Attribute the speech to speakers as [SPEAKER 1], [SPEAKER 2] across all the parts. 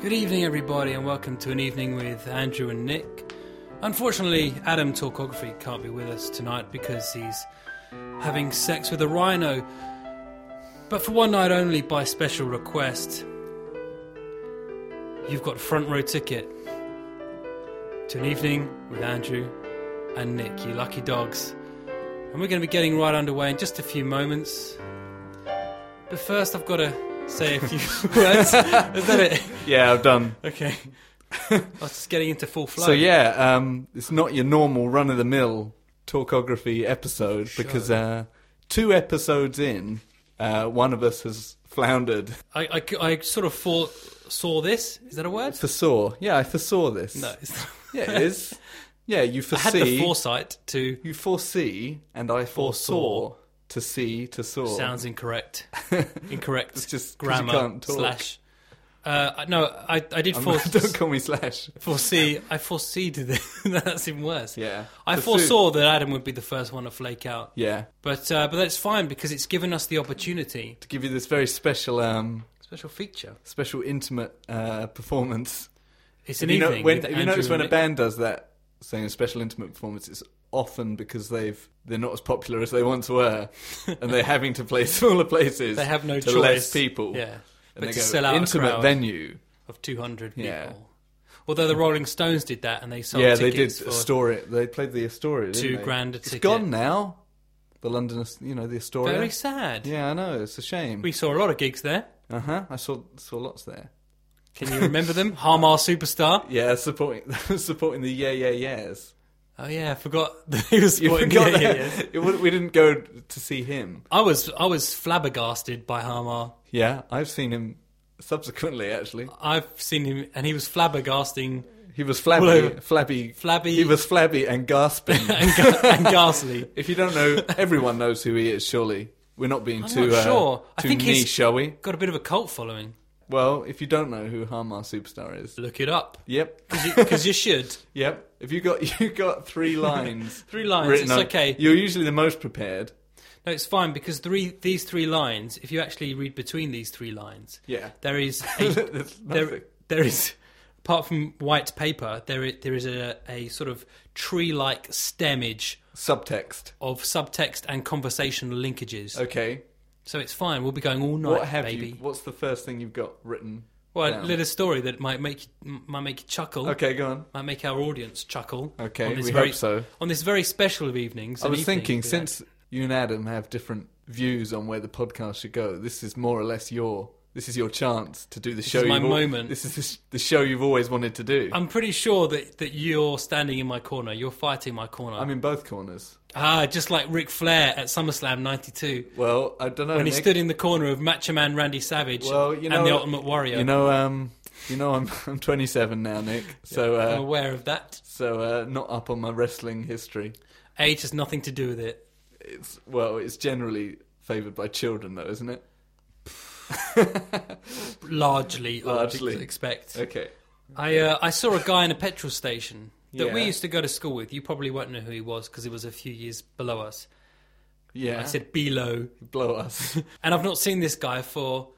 [SPEAKER 1] Good evening, everybody, and welcome to an evening with Andrew and Nick. Unfortunately, Adam Talkography can't be with us tonight because he's having sex with a rhino, but for one night only by special request. You've got front row ticket to an evening with Andrew and Nick, you lucky dogs. And we're going to be getting right underway in just a few moments. But first, I've got to say a few words. Is that it?
[SPEAKER 2] Yeah, I've done.
[SPEAKER 1] Okay. I was just getting into full flow.
[SPEAKER 2] So yeah, um, it's not your normal run-of-the-mill talkography episode because uh, two episodes in, uh, one of us has floundered.
[SPEAKER 1] I, I c- I sort of for, saw this. Is that a word?
[SPEAKER 2] Foresaw. Yeah, I foresaw this.
[SPEAKER 1] No. It's not.
[SPEAKER 2] Yeah, it is. Yeah, you
[SPEAKER 1] I had
[SPEAKER 2] foresee.
[SPEAKER 1] the foresight to.
[SPEAKER 2] you foresee, and I foresaw. To see, to saw.
[SPEAKER 1] Sounds incorrect. Incorrect.
[SPEAKER 2] It's just 'cause you
[SPEAKER 1] grammar
[SPEAKER 2] can't talk.
[SPEAKER 1] slash. Uh, I- no, I I did
[SPEAKER 2] I'm-
[SPEAKER 1] fore-
[SPEAKER 2] don't call me slash.
[SPEAKER 1] foresee. I foreseed this. That's even worse.
[SPEAKER 2] Yeah.
[SPEAKER 1] I
[SPEAKER 2] The su-
[SPEAKER 1] foresaw that Adam would be the first one to flake out,
[SPEAKER 2] Yeah,
[SPEAKER 1] but uh, but that's fine because it's given us the opportunity.
[SPEAKER 2] to give you this very special, um,
[SPEAKER 1] Special feature.
[SPEAKER 2] special intimate uh, performance.
[SPEAKER 1] It's
[SPEAKER 2] Have
[SPEAKER 1] an
[SPEAKER 2] you know-
[SPEAKER 1] evening.
[SPEAKER 2] when-
[SPEAKER 1] with
[SPEAKER 2] have you
[SPEAKER 1] Andrew
[SPEAKER 2] notice
[SPEAKER 1] and
[SPEAKER 2] when a
[SPEAKER 1] Nick.
[SPEAKER 2] band does that, saying a special intimate performance, it's often because they've they're not as popular as they once were, and they're having to play smaller places.
[SPEAKER 1] they have no
[SPEAKER 2] to
[SPEAKER 1] choice.
[SPEAKER 2] less people,
[SPEAKER 1] Yeah.
[SPEAKER 2] and
[SPEAKER 1] but
[SPEAKER 2] they
[SPEAKER 1] to
[SPEAKER 2] go,
[SPEAKER 1] sell out a
[SPEAKER 2] intimate
[SPEAKER 1] crowd."
[SPEAKER 2] venue.
[SPEAKER 1] of 200
[SPEAKER 2] Yeah.
[SPEAKER 1] people. Although the Rolling Stones did that and they sold
[SPEAKER 2] yeah, they did
[SPEAKER 1] tickets for
[SPEAKER 2] Astoria. They played the Astoria. didn't
[SPEAKER 1] Two
[SPEAKER 2] they?
[SPEAKER 1] grand a
[SPEAKER 2] It's
[SPEAKER 1] ticket.
[SPEAKER 2] gone now. The London, Ast- you know, the Astoria.
[SPEAKER 1] very sad.
[SPEAKER 2] yeah, I know. It's a shame.
[SPEAKER 1] We saw a lot of gigs there.
[SPEAKER 2] Uh huh. I saw saw lots there.
[SPEAKER 1] Can you remember them? Harmar Superstar.
[SPEAKER 2] Yeah, supporting supporting the yeah yeah yeahs.
[SPEAKER 1] Oh yeah, I forgot that he was
[SPEAKER 2] You
[SPEAKER 1] supporting
[SPEAKER 2] forgot
[SPEAKER 1] yeah, yeah,
[SPEAKER 2] that.
[SPEAKER 1] yeah.
[SPEAKER 2] It wa- we didn't go to see him.
[SPEAKER 1] I was I was flabbergasted by Harmar.
[SPEAKER 2] Yeah, I've seen him subsequently. Actually,
[SPEAKER 1] I've seen him and he was flabbergasting
[SPEAKER 2] he was flabby,
[SPEAKER 1] Well, uh,
[SPEAKER 2] flabby,
[SPEAKER 1] flabby-
[SPEAKER 2] He was flabby and gasping.
[SPEAKER 1] and, ga- and ghastly.
[SPEAKER 2] if you don't know, everyone knows who he is. Surely, we're not being
[SPEAKER 1] I'm
[SPEAKER 2] too
[SPEAKER 1] not
[SPEAKER 2] uh,
[SPEAKER 1] sure. I
[SPEAKER 2] too
[SPEAKER 1] think he's-
[SPEAKER 2] niche, shall we?
[SPEAKER 1] Got a bit of a cult following.
[SPEAKER 2] Well, if you don't know who Harmar Superstar is,
[SPEAKER 1] Look it up
[SPEAKER 2] yep,
[SPEAKER 1] because you, should.
[SPEAKER 2] yep. If you got you got three lines,
[SPEAKER 1] Three lines,
[SPEAKER 2] written
[SPEAKER 1] it's
[SPEAKER 2] on-
[SPEAKER 1] okay.
[SPEAKER 2] You're usually the most prepared.
[SPEAKER 1] No, it's fine because three these three lines. If you actually read between these three lines,
[SPEAKER 2] Yeah,
[SPEAKER 1] there is a
[SPEAKER 2] There's
[SPEAKER 1] there,
[SPEAKER 2] nothing.
[SPEAKER 1] there is apart from white paper there is, there is a, a sort of tree-like stemmage
[SPEAKER 2] subtext.
[SPEAKER 1] of subtext and conversational linkages
[SPEAKER 2] Okay,
[SPEAKER 1] so it's fine we'll be going all night
[SPEAKER 2] what have
[SPEAKER 1] baby
[SPEAKER 2] you? What's the first thing you've got written?
[SPEAKER 1] well a
[SPEAKER 2] down?
[SPEAKER 1] little story that might make you, might make you chuckle
[SPEAKER 2] Okay, go on.
[SPEAKER 1] might make our audience chuckle
[SPEAKER 2] Okay,
[SPEAKER 1] on this
[SPEAKER 2] we
[SPEAKER 1] very,
[SPEAKER 2] hope so.
[SPEAKER 1] on this very special of evenings
[SPEAKER 2] I
[SPEAKER 1] an
[SPEAKER 2] was
[SPEAKER 1] evening
[SPEAKER 2] thinking,
[SPEAKER 1] with
[SPEAKER 2] since you and Adam have different views on where the podcast should go, this is more or less your this is your chance to do the show.
[SPEAKER 1] is my
[SPEAKER 2] you've al-
[SPEAKER 1] moment.
[SPEAKER 2] This is the, the show you've always wanted to do.
[SPEAKER 1] that. I'm pretty sure that, that you're standing in my corner. You're fighting my corner.
[SPEAKER 2] I'm in both corners.
[SPEAKER 1] ah, just like Ric Flair at SummerSlam 92.
[SPEAKER 2] Well, I don't know.
[SPEAKER 1] when he
[SPEAKER 2] Nick.
[SPEAKER 1] stood in the corner of Macho Man Randy Savage
[SPEAKER 2] well, you know,
[SPEAKER 1] and the Ultimate Warrior.
[SPEAKER 2] You know, um, you know, I'm I'm 27 now, Nick. So,
[SPEAKER 1] I'm
[SPEAKER 2] uh,
[SPEAKER 1] aware of that.
[SPEAKER 2] so uh, not up on my wrestling history.
[SPEAKER 1] Age has nothing to do with it.
[SPEAKER 2] It's well, it's generally favoured by children, though, isn't it?
[SPEAKER 1] Largely, I would
[SPEAKER 2] Largely.
[SPEAKER 1] expect.
[SPEAKER 2] Okay.
[SPEAKER 1] I uh, I saw a guy in a petrol station that we
[SPEAKER 2] Yeah.
[SPEAKER 1] used to go to school with. You probably won't know who he was because he was a few years below us.
[SPEAKER 2] Yeah.
[SPEAKER 1] I said below,
[SPEAKER 2] blow us.
[SPEAKER 1] and I've not seen this guy for.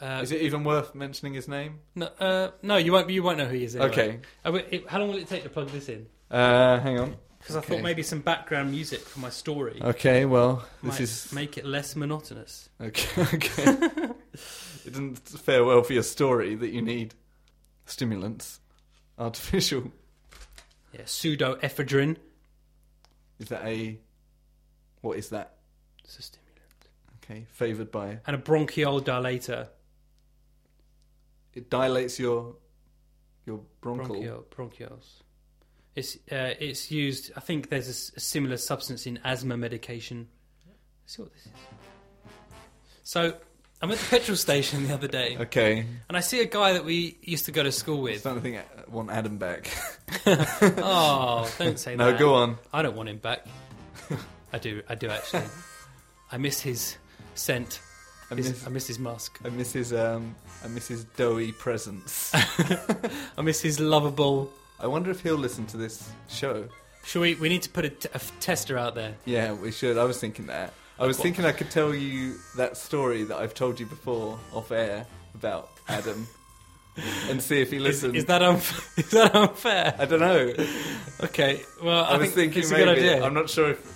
[SPEAKER 1] Uh,
[SPEAKER 2] is it even worth mentioning his name?
[SPEAKER 1] no, uh, no, you won't. You won't know who he is. Anyway.
[SPEAKER 2] Okay.
[SPEAKER 1] Uh, wait, it- how long will it take to plug this in?
[SPEAKER 2] Uh, hang on.
[SPEAKER 1] Because I
[SPEAKER 2] Okay.
[SPEAKER 1] thought maybe some background music for my story
[SPEAKER 2] Okay, well,
[SPEAKER 1] might
[SPEAKER 2] this is
[SPEAKER 1] make it less monotonous.
[SPEAKER 2] okay. Okay, it doesn't fare well for your story that you need stimulants, artificial.
[SPEAKER 1] Yeah, pseudo ephedrine.
[SPEAKER 2] Is that a what is that?
[SPEAKER 1] It's a stimulant.
[SPEAKER 2] Okay, favored by
[SPEAKER 1] And a bronchial dilator.
[SPEAKER 2] it dilates your your bronchial.
[SPEAKER 1] Bronchial, bronchioles. It's uh, it's used. I think there's a, s- a similar substance in asthma medication. Let's see what this is. So I'm at the petrol station the other day,
[SPEAKER 2] Okay,
[SPEAKER 1] and I see a guy that we used to go to school with.
[SPEAKER 2] it's not anything I want Adam back.
[SPEAKER 1] oh, don't say
[SPEAKER 2] no,
[SPEAKER 1] that.
[SPEAKER 2] go on.
[SPEAKER 1] I don't want him back. I do. I do actually. I miss his scent.
[SPEAKER 2] I
[SPEAKER 1] His-
[SPEAKER 2] miss,
[SPEAKER 1] I miss his mask.
[SPEAKER 2] I miss his um, I miss his doughy presence.
[SPEAKER 1] I miss his lovable.
[SPEAKER 2] I wonder if he'll listen to this show.
[SPEAKER 1] Shall we? We need to put a, t- a f- tester out there.
[SPEAKER 2] Yeah, we should. I was thinking that. I was
[SPEAKER 1] What?
[SPEAKER 2] thinking I could tell you that story that I've told you before off air about Adam. and see if he
[SPEAKER 1] Is,
[SPEAKER 2] listens.
[SPEAKER 1] is that unf- is that unfair?
[SPEAKER 2] I don't know.
[SPEAKER 1] Okay, well, I,
[SPEAKER 2] I, was
[SPEAKER 1] think
[SPEAKER 2] thinking
[SPEAKER 1] it's a
[SPEAKER 2] maybe.
[SPEAKER 1] good idea.
[SPEAKER 2] I'm not sure if.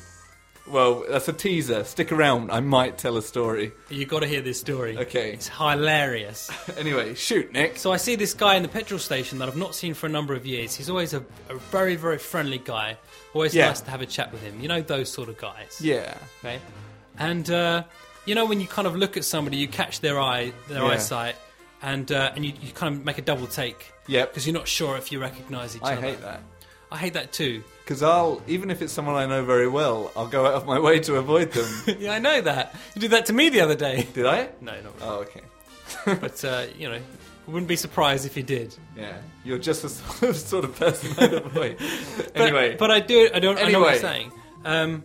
[SPEAKER 2] Well, that's a teaser. Stick around. I might tell a story.
[SPEAKER 1] You got to hear this story.
[SPEAKER 2] Okay.
[SPEAKER 1] It's hilarious.
[SPEAKER 2] Anyway, shoot, Nick.
[SPEAKER 1] So I see this guy in the petrol station that I've not seen for a number of years. He's always a, a very, very friendly guy. Always
[SPEAKER 2] Yeah.
[SPEAKER 1] nice to have a chat with him. You know those sort of guys.
[SPEAKER 2] Yeah.
[SPEAKER 1] Okay. And uh, you know when you kind of look at somebody, you catch their eye, their
[SPEAKER 2] Yeah.
[SPEAKER 1] eyesight, and uh, and you, you kind of make a double take.
[SPEAKER 2] Yep.
[SPEAKER 1] Because you're not sure if you recognise each
[SPEAKER 2] I
[SPEAKER 1] other.
[SPEAKER 2] hate that.
[SPEAKER 1] I hate that too.
[SPEAKER 2] Because I'll, even if it's someone I know very well, I'll go out of my way to avoid them.
[SPEAKER 1] yeah, I know that. You did that to me the other day.
[SPEAKER 2] Did I?
[SPEAKER 1] No, not really.
[SPEAKER 2] Oh, okay.
[SPEAKER 1] but uh, you know, I wouldn't be surprised if you did.
[SPEAKER 2] Yeah. You're just the sort of, sort of person I'd avoid. anyway.
[SPEAKER 1] but, but I do. I don't. I know what you're
[SPEAKER 2] Anyway.
[SPEAKER 1] saying. Um,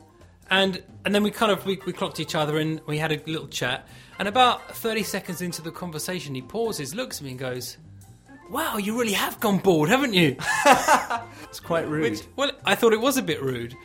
[SPEAKER 1] and and then we kind of we, we clocked each other and we had a little chat. And about thirty seconds into the conversation, he pauses, looks at me, and goes, "Wow, you really have gone bald, haven't you?"
[SPEAKER 2] it's quite rude.
[SPEAKER 1] Which, well, I thought it was a bit rude,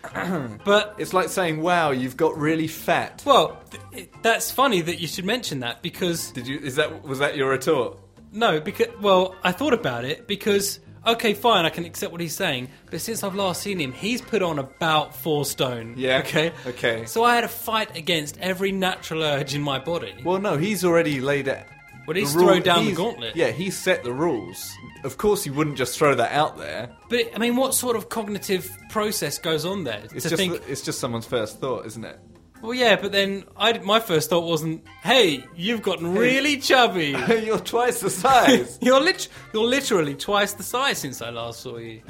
[SPEAKER 1] but
[SPEAKER 2] it's like saying, wow, you've got really fat.
[SPEAKER 1] well, th- it- that's funny that you should mention that because
[SPEAKER 2] Did you, is that, was that your retort?
[SPEAKER 1] No, because well, I thought about it because okay, fine, I can accept what he's saying, but since I've last seen him, he's put on about four stone.
[SPEAKER 2] Yeah,
[SPEAKER 1] Okay.
[SPEAKER 2] okay.
[SPEAKER 1] So I had a fight against every natural urge in my body.
[SPEAKER 2] Well, no, he's already laid it.
[SPEAKER 1] Well, he's
[SPEAKER 2] the rule-
[SPEAKER 1] thrown down the
[SPEAKER 2] he's-
[SPEAKER 1] gauntlet.
[SPEAKER 2] Yeah, he's set the rules. Of course, he wouldn't just throw that out there.
[SPEAKER 1] But I mean, what sort of cognitive process goes on there
[SPEAKER 2] It's
[SPEAKER 1] to
[SPEAKER 2] just
[SPEAKER 1] think?
[SPEAKER 2] it's just someone's first thought, isn't it?
[SPEAKER 1] Well, yeah, but then I d- my first thought wasn't, "Hey, you've gotten really chubby."
[SPEAKER 2] You're twice the size.
[SPEAKER 1] You're lit- you're literally twice the size since I last saw you.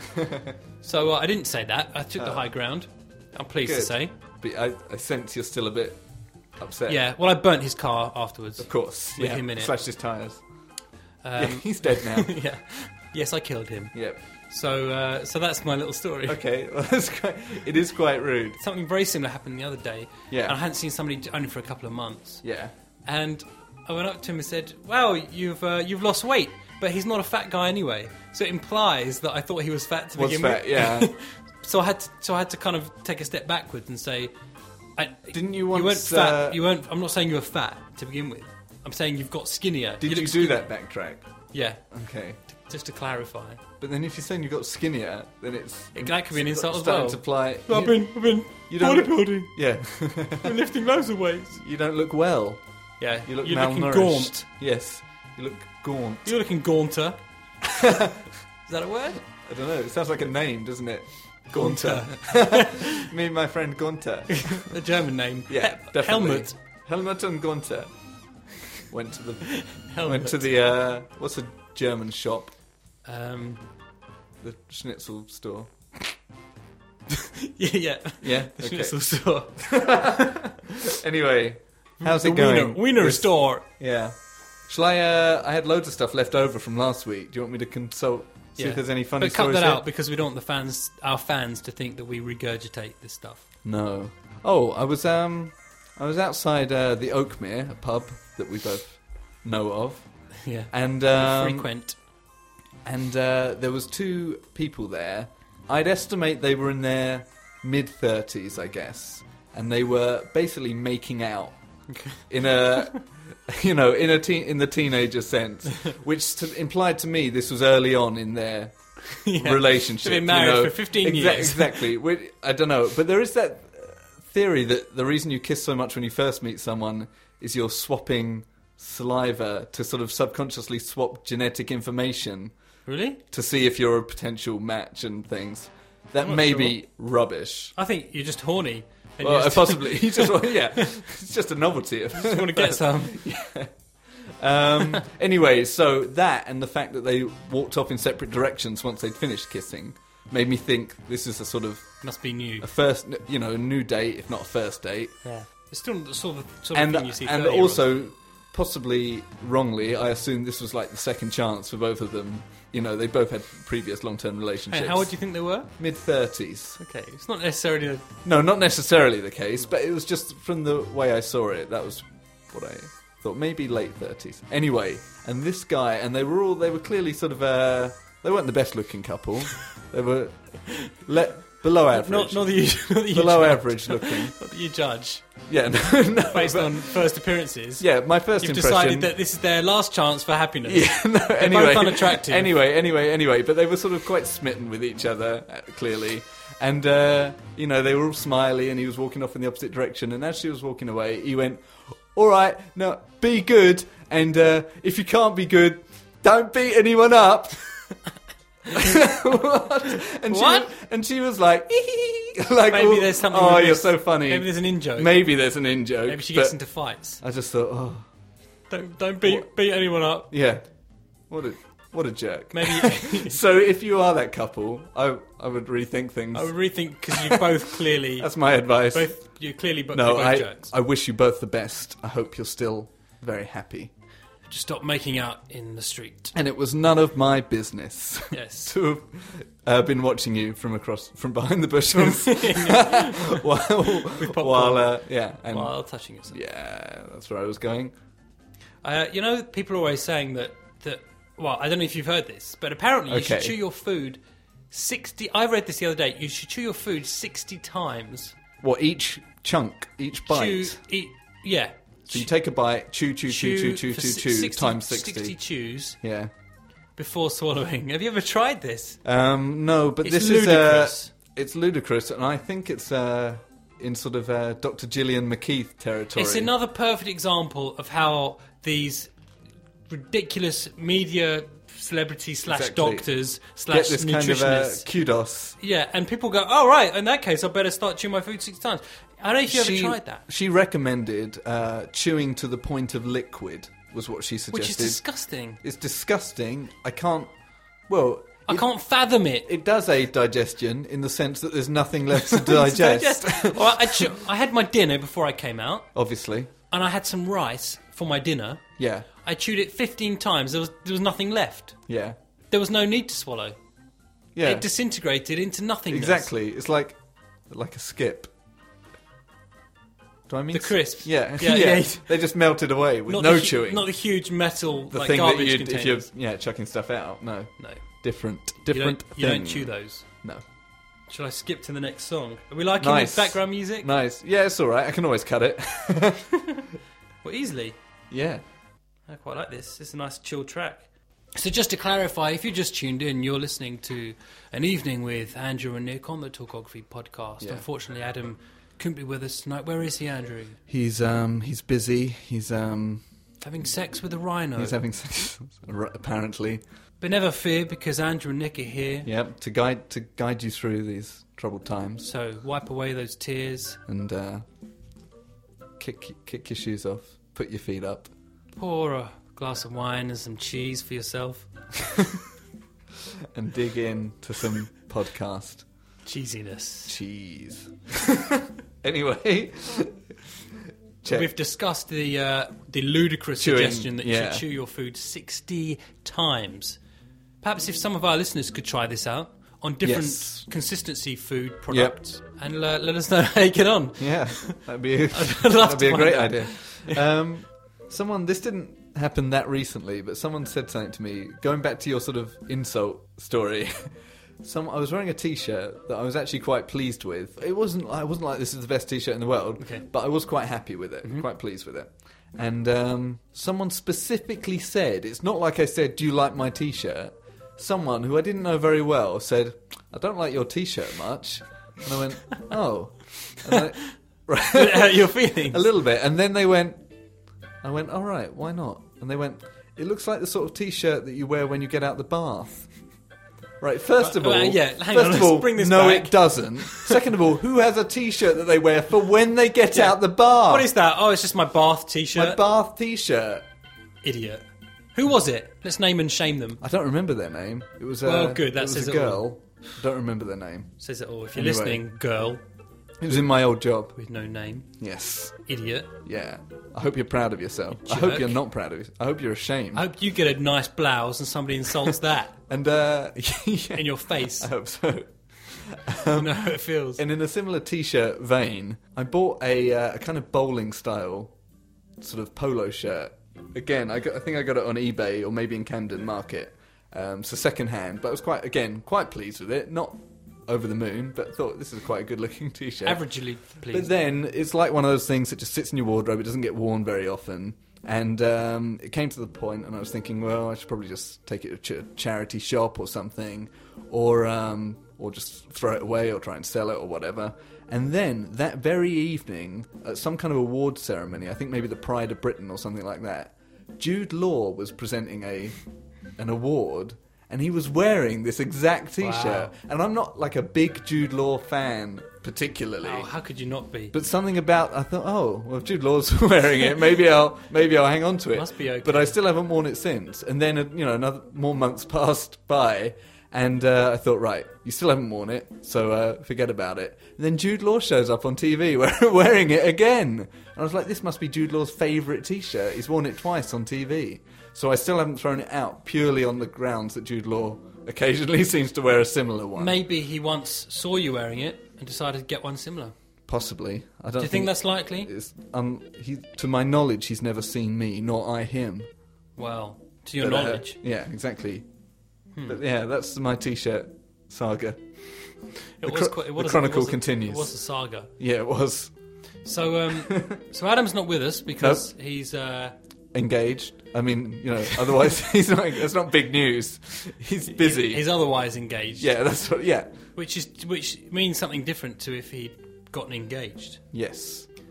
[SPEAKER 1] so uh, I didn't say that. I took the high ground. I'm pleased to
[SPEAKER 2] Uh. Good.
[SPEAKER 1] say.
[SPEAKER 2] but I, I sense you're still a bit upset.
[SPEAKER 1] Yeah, well, I burnt his car afterwards.
[SPEAKER 2] of course.
[SPEAKER 1] With
[SPEAKER 2] yeah,
[SPEAKER 1] him in it.
[SPEAKER 2] slashed his tires. yeah,
[SPEAKER 1] Um,
[SPEAKER 2] he's dead now.
[SPEAKER 1] yeah. Yes, I killed him.
[SPEAKER 2] yep.
[SPEAKER 1] So, uh, so that's my little story.
[SPEAKER 2] Okay. Well, that's quite, it is quite rude.
[SPEAKER 1] Something very similar happened the other day.
[SPEAKER 2] Yeah.
[SPEAKER 1] And I hadn't seen somebody j- only for a couple of months.
[SPEAKER 2] Yeah.
[SPEAKER 1] And I went up to him and said, "Wow, you've uh, you've lost weight, but he's not a fat guy anyway." So it implies that I thought he was fat to
[SPEAKER 2] Was
[SPEAKER 1] begin
[SPEAKER 2] fat.
[SPEAKER 1] with.
[SPEAKER 2] Yeah.
[SPEAKER 1] So I had to, so I had to kind of take a step backwards and say, I,
[SPEAKER 2] Didn't you
[SPEAKER 1] You weren't
[SPEAKER 2] once?
[SPEAKER 1] fat.
[SPEAKER 2] uh,
[SPEAKER 1] you weren't. I'm not saying you were fat to begin with. I'm saying you've got skinnier.
[SPEAKER 2] did you
[SPEAKER 1] look
[SPEAKER 2] do
[SPEAKER 1] skin-
[SPEAKER 2] that backtrack?
[SPEAKER 1] Yeah.
[SPEAKER 2] Okay.
[SPEAKER 1] Just to clarify.
[SPEAKER 2] But then if you're saying you got skinnier, then it's
[SPEAKER 1] It- that could be an
[SPEAKER 2] it's
[SPEAKER 1] insult as
[SPEAKER 2] starting
[SPEAKER 1] well.
[SPEAKER 2] To apply,
[SPEAKER 1] I've been, I've been
[SPEAKER 2] you don't-
[SPEAKER 1] bodybuilding.
[SPEAKER 2] yeah,
[SPEAKER 1] been lifting loads of weights.
[SPEAKER 2] you don't look well.
[SPEAKER 1] Yeah,
[SPEAKER 2] You look
[SPEAKER 1] you're looking
[SPEAKER 2] malnourished.
[SPEAKER 1] gaunt.
[SPEAKER 2] Yes, you look gaunt.
[SPEAKER 1] You're looking gaunter. Is that a word?
[SPEAKER 2] I don't know. It sounds like a name, doesn't it? Gaunter. Me and my friend Gaunter.
[SPEAKER 1] a German name.
[SPEAKER 2] Yeah,
[SPEAKER 1] He-
[SPEAKER 2] definitely.
[SPEAKER 1] Helmut.
[SPEAKER 2] Helmut and Gaunter went to the
[SPEAKER 1] Helmut.
[SPEAKER 2] went to the uh, what's a German shop?
[SPEAKER 1] Um,
[SPEAKER 2] The Schnitzel store.
[SPEAKER 1] yeah, yeah.
[SPEAKER 2] Yeah.
[SPEAKER 1] The
[SPEAKER 2] Okay.
[SPEAKER 1] schnitzel store.
[SPEAKER 2] Anyway, how's
[SPEAKER 1] the
[SPEAKER 2] it going?
[SPEAKER 1] Wiener, Wiener
[SPEAKER 2] This-
[SPEAKER 1] store.
[SPEAKER 2] Yeah. Shall I? Uh, I had loads of stuff left over from last week. Do you want me to consult? See
[SPEAKER 1] Yeah.
[SPEAKER 2] if there's any funny
[SPEAKER 1] but cut
[SPEAKER 2] stories
[SPEAKER 1] that
[SPEAKER 2] here?
[SPEAKER 1] out because we don't want the fans, our fans, to think that we regurgitate this stuff.
[SPEAKER 2] No. Oh, I was um, I was outside uh, the Oakmere, a pub that we both know of,
[SPEAKER 1] Yeah.
[SPEAKER 2] and um,
[SPEAKER 1] Frequent.
[SPEAKER 2] and uh, there was two people there. I'd estimate they were in their mid thirties, I guess, and they were basically making out in a. You know, in a teen, in the teenager sense, which to, implied to me this was early on in their
[SPEAKER 1] Yeah.
[SPEAKER 2] relationship.
[SPEAKER 1] They've been married
[SPEAKER 2] you know.
[SPEAKER 1] for 15
[SPEAKER 2] Exac-
[SPEAKER 1] years.
[SPEAKER 2] Exactly. We- I don't know, but there is that uh, theory that the reason you kiss so much when you first meet someone is you're swapping saliva to sort of subconsciously swap genetic information
[SPEAKER 1] Really?
[SPEAKER 2] to see if you're a potential match and things. That
[SPEAKER 1] I'm not
[SPEAKER 2] may
[SPEAKER 1] sure.
[SPEAKER 2] be rubbish.
[SPEAKER 1] I think you're just horny. And
[SPEAKER 2] Well, uh,
[SPEAKER 1] you just,
[SPEAKER 2] possibly. You just want- yeah, it's just a novelty.
[SPEAKER 1] just want to get some.
[SPEAKER 2] Um, anyway, so that and the fact that they walked off in separate directions once they'd finished kissing made me think this is a sort of
[SPEAKER 1] Must be new.
[SPEAKER 2] a first, you know, a new date, if not a first date.
[SPEAKER 1] Yeah. It's still the sort of, sort
[SPEAKER 2] And,
[SPEAKER 1] of thing you see.
[SPEAKER 2] and
[SPEAKER 1] 30 -year-olds.
[SPEAKER 2] also, possibly wrongly, I assume this was like the second chance for both of them. You know, they both had previous long term relationships.
[SPEAKER 1] And how old do you think they were?
[SPEAKER 2] Mid 30s.
[SPEAKER 1] Okay, it's not necessarily. A,
[SPEAKER 2] No, not necessarily the case, but it was just from the way I saw it, that was what I thought. Maybe late 30s. Anyway, and this guy, and they were all, they were clearly sort of, uh, they weren't the best looking couple. they were, le- below
[SPEAKER 1] Not,
[SPEAKER 2] average.
[SPEAKER 1] not, not that you, not that you
[SPEAKER 2] below
[SPEAKER 1] judge.
[SPEAKER 2] average looking.
[SPEAKER 1] Not that you judge
[SPEAKER 2] Yeah, no, no,
[SPEAKER 1] based
[SPEAKER 2] but-
[SPEAKER 1] on first appearances.
[SPEAKER 2] yeah. My 1st
[SPEAKER 1] You've
[SPEAKER 2] impression.
[SPEAKER 1] decided that this is their last chance for happiness.
[SPEAKER 2] yeah, no, anyway,
[SPEAKER 1] unattractive.
[SPEAKER 2] Anyway, anyway, anyway, but they were sort of quite smitten with each other, uh, clearly. And, uh, you know, they were all smiley, and he was walking off in the opposite direction. And as she was walking away, he went, All right, now be good. And uh, if you can't be good, don't beat anyone up. what? And she,
[SPEAKER 1] What?
[SPEAKER 2] Was, and she was like, like
[SPEAKER 1] Maybe
[SPEAKER 2] all-
[SPEAKER 1] there's something
[SPEAKER 2] Oh,
[SPEAKER 1] with
[SPEAKER 2] you're
[SPEAKER 1] this.
[SPEAKER 2] so funny.
[SPEAKER 1] Maybe there's an in joke. Maybe,
[SPEAKER 2] Maybe there's an in joke.
[SPEAKER 1] she gets
[SPEAKER 2] but
[SPEAKER 1] into fights.
[SPEAKER 2] I just thought, oh,
[SPEAKER 1] Don't don't beat beat anyone up.
[SPEAKER 2] yeah. What a what a jerk.
[SPEAKER 1] Maybe
[SPEAKER 2] So if you are that couple, I I would rethink things.
[SPEAKER 1] I would rethink because you both clearly
[SPEAKER 2] That's my advice.
[SPEAKER 1] both you clearly bo-
[SPEAKER 2] no,
[SPEAKER 1] both
[SPEAKER 2] I
[SPEAKER 1] jerks.
[SPEAKER 2] I wish you both the best. I hope you're still very happy.
[SPEAKER 1] Just stop making out in the street.
[SPEAKER 2] And it was none of my business
[SPEAKER 1] Yes.
[SPEAKER 2] to have uh, been watching you from across from behind the bushes while
[SPEAKER 1] popcorn.
[SPEAKER 2] while uh, yeah and
[SPEAKER 1] While touching yourself.
[SPEAKER 2] yeah that's where I was going.
[SPEAKER 1] Uh, you know, people are always saying that that. Well, I don't know if you've heard this, but apparently you should
[SPEAKER 2] Okay.
[SPEAKER 1] chew your food sixty. I read this the other day. You should chew your food sixty times.
[SPEAKER 2] What each chunk, each bite.
[SPEAKER 1] Chew, eat, yeah.
[SPEAKER 2] So you take a bite, chew, chew, chew, chew, chew,
[SPEAKER 1] for
[SPEAKER 2] chew,
[SPEAKER 1] si-
[SPEAKER 2] chew, times
[SPEAKER 1] 60
[SPEAKER 2] sixty.
[SPEAKER 1] chews
[SPEAKER 2] Yeah.
[SPEAKER 1] before swallowing. Have you ever tried this?
[SPEAKER 2] Um, no, but
[SPEAKER 1] It's
[SPEAKER 2] this
[SPEAKER 1] ludicrous.
[SPEAKER 2] is uh, it's ludicrous, and I think it's uh, in sort of uh, Dr. Gillian McKeith territory.
[SPEAKER 1] It's another perfect example of how these ridiculous media celebrity slash
[SPEAKER 2] Exactly.
[SPEAKER 1] doctors
[SPEAKER 2] get
[SPEAKER 1] slash
[SPEAKER 2] this kind of uh,
[SPEAKER 1] nutritionists.
[SPEAKER 2] kudos.
[SPEAKER 1] yeah, and people go, "Oh right, in that case, I better start chewing my food six times." I don't know if you ever tried that,
[SPEAKER 2] She recommended uh, chewing to the point of liquid was what she suggested.
[SPEAKER 1] which is disgusting.
[SPEAKER 2] it's disgusting. I can't. Well,
[SPEAKER 1] I
[SPEAKER 2] it,
[SPEAKER 1] can't fathom it.
[SPEAKER 2] It does aid digestion in the sense that there's nothing left to digest.
[SPEAKER 1] well, I, chew- I had my dinner before I came out,
[SPEAKER 2] Obviously,
[SPEAKER 1] and I had some rice for my dinner.
[SPEAKER 2] yeah,
[SPEAKER 1] I chewed it 15 times. There was there was nothing left.
[SPEAKER 2] yeah,
[SPEAKER 1] There was no need to swallow.
[SPEAKER 2] yeah.
[SPEAKER 1] It disintegrated into nothingness.
[SPEAKER 2] Exactly. It's like like a skip. Do I mean
[SPEAKER 1] The crisps.
[SPEAKER 2] Yeah,
[SPEAKER 1] Yeah,
[SPEAKER 2] yeah.
[SPEAKER 1] yeah.
[SPEAKER 2] They just melted away with
[SPEAKER 1] Not
[SPEAKER 2] no
[SPEAKER 1] the hu-
[SPEAKER 2] chewing.
[SPEAKER 1] Not the huge metal
[SPEAKER 2] the
[SPEAKER 1] like
[SPEAKER 2] thing that
[SPEAKER 1] garbage
[SPEAKER 2] you if you're
[SPEAKER 1] containers.
[SPEAKER 2] yeah chucking stuff out. No,
[SPEAKER 1] no,
[SPEAKER 2] different,
[SPEAKER 1] you
[SPEAKER 2] different
[SPEAKER 1] don't, you don't
[SPEAKER 2] thing.
[SPEAKER 1] chew those.
[SPEAKER 2] No,
[SPEAKER 1] Shall I skip to the next song? Are we liking
[SPEAKER 2] Nice.
[SPEAKER 1] the background music?
[SPEAKER 2] nice. Yeah, it's all right. I can always cut it.
[SPEAKER 1] Well, easily.
[SPEAKER 2] yeah,
[SPEAKER 1] I quite like this. It's a nice chill track. So, just to clarify, if you just tuned in, you're listening to an evening with Andrew and Nick on the Talkography podcast.
[SPEAKER 2] Yeah.
[SPEAKER 1] Unfortunately, Adam couldn't be with us tonight. Where is he, Andrew?
[SPEAKER 2] he's um he's busy. He's um
[SPEAKER 1] Having sex with a rhino.
[SPEAKER 2] he's having sex r- apparently.
[SPEAKER 1] but never fear, because Andrew and Nick are here.
[SPEAKER 2] Yep. To guide to guide you through these troubled times
[SPEAKER 1] So, wipe away those tears.
[SPEAKER 2] and uh, kick kick your shoes off, put your feet up.
[SPEAKER 1] Pour a glass of wine and some cheese for yourself.
[SPEAKER 2] and dig in to some podcast
[SPEAKER 1] Cheesiness.
[SPEAKER 2] cheese. anyway, check.
[SPEAKER 1] We've discussed the uh, the ludicrous
[SPEAKER 2] Chewing,
[SPEAKER 1] suggestion that you
[SPEAKER 2] yeah.
[SPEAKER 1] should chew your food 60 times. Perhaps if some of our listeners could try this out on different
[SPEAKER 2] Yes.
[SPEAKER 1] consistency food products and uh, let us know how you get on.
[SPEAKER 2] yeah, that'd be
[SPEAKER 1] I'd love to
[SPEAKER 2] that'd be a
[SPEAKER 1] find
[SPEAKER 2] great
[SPEAKER 1] out.
[SPEAKER 2] idea. Um, someone this didn't happen that recently, but someone said something to me. Going back to your sort of insult story. Some, I was wearing a T-shirt that I was actually quite pleased with. It wasn't. I wasn't like this is the best T-shirt in the world,
[SPEAKER 1] Okay. Mm-hmm.
[SPEAKER 2] but I was quite happy with it, quite pleased with it. And um, someone specifically said, "It's not like I said, do you like my T-shirt?" Someone who I didn't know very well said, "I don't like your T-shirt much," and I went, "Oh." And I-
[SPEAKER 1] how you're feeling.
[SPEAKER 2] a little bit. And then they went, I went, all right, why not? And they went, it looks like the sort of t-shirt that you wear when you get out the bath. Right, first of
[SPEAKER 1] Uh,
[SPEAKER 2] all,
[SPEAKER 1] uh, yeah, hang on,
[SPEAKER 2] first
[SPEAKER 1] let's
[SPEAKER 2] of all,
[SPEAKER 1] bring this
[SPEAKER 2] no,
[SPEAKER 1] back.
[SPEAKER 2] it doesn't. Second of all, who has a t-shirt that they wear for when they get
[SPEAKER 1] Yeah.
[SPEAKER 2] out the bath?
[SPEAKER 1] What is that? Oh, it's just my bath
[SPEAKER 2] my
[SPEAKER 1] t-shirt.
[SPEAKER 2] bath t-shirt?
[SPEAKER 1] Idiot. Who was it? Let's name and shame them.
[SPEAKER 2] I don't remember their name. It was uh,
[SPEAKER 1] Well, good, that
[SPEAKER 2] it was
[SPEAKER 1] says
[SPEAKER 2] a
[SPEAKER 1] it all.
[SPEAKER 2] girl. I don't remember their name.
[SPEAKER 1] Says it all. If you're
[SPEAKER 2] Anyway.
[SPEAKER 1] listening, girl
[SPEAKER 2] It was in my old job.
[SPEAKER 1] with no name,
[SPEAKER 2] Yes,
[SPEAKER 1] idiot.
[SPEAKER 2] yeah. I hope you're proud of yourself.
[SPEAKER 1] You
[SPEAKER 2] I hope
[SPEAKER 1] jerk.
[SPEAKER 2] you're not proud of yourself. I hope you're ashamed.
[SPEAKER 1] I hope you get a nice blouse and somebody insults that
[SPEAKER 2] and uh, yeah,
[SPEAKER 1] in your face.
[SPEAKER 2] I hope so.
[SPEAKER 1] You know how it feels.
[SPEAKER 2] And in a similar T-shirt vein, I bought a, uh, a kind of bowling style sort of polo shirt. Again, I, got, I think I got it on eBay or maybe in Camden Market, um, so second hand. But I was quite again quite pleased with it. Not over the moon, but thought this is quite a good looking t shirt.
[SPEAKER 1] Averagely pleased.
[SPEAKER 2] But then it's like one of those things that just sits in your wardrobe. It doesn't get worn very often. And um, it came to the point, and I was thinking, well, I should probably just take it to a ch- charity shop or something, or um, or just throw it away or try and sell it or whatever. And then that very evening, at some kind of award ceremony, I think maybe the Pride of Britain or something like that, Jude Law was presenting a an award, and he was wearing this exact
[SPEAKER 1] Wow.
[SPEAKER 2] T-shirt. And I'm not like a big Jude Law fan particularly.
[SPEAKER 1] Oh, how could you not be?
[SPEAKER 2] But something about I thought, oh, well, if Jude Law's wearing it, maybe I'll maybe I'll hang on to it.
[SPEAKER 1] Must be okay.
[SPEAKER 2] But I still haven't worn it since. And then uh, you know, another more months passed by, and uh, I thought, right, you still haven't worn it, so uh, forget about it. And then Jude Law shows up on TV wear- wearing it again, and I was like, this must be Jude Law's favourite T-shirt. He's worn it twice on TV, so I still haven't thrown it out purely on the grounds that Jude Law occasionally seems to wear a similar one.
[SPEAKER 1] Maybe he once saw you wearing it and decided to get one similar.
[SPEAKER 2] Possibly. I don't
[SPEAKER 1] Do you think, that's likely?
[SPEAKER 2] It's, um, he, to my knowledge, he's never seen me, nor I him.
[SPEAKER 1] Well, to your
[SPEAKER 2] But, uh,
[SPEAKER 1] knowledge. Hmm.
[SPEAKER 2] yeah, exactly. But yeah, that's my T-shirt saga.
[SPEAKER 1] it
[SPEAKER 2] the
[SPEAKER 1] was
[SPEAKER 2] chro-
[SPEAKER 1] quite- it
[SPEAKER 2] the
[SPEAKER 1] was- it
[SPEAKER 2] chronicle
[SPEAKER 1] was a-
[SPEAKER 2] continues.
[SPEAKER 1] It was a saga.
[SPEAKER 2] Yeah, it was
[SPEAKER 1] So, um, so Adam's not with us because he's uh,
[SPEAKER 2] engaged. I mean, you know, otherwise he's not. That's not big news. He's busy.
[SPEAKER 1] he's otherwise engaged.
[SPEAKER 2] yeah, that's what. Yeah,
[SPEAKER 1] Which is which means something different to if he'd gotten engaged.
[SPEAKER 2] yes. uh,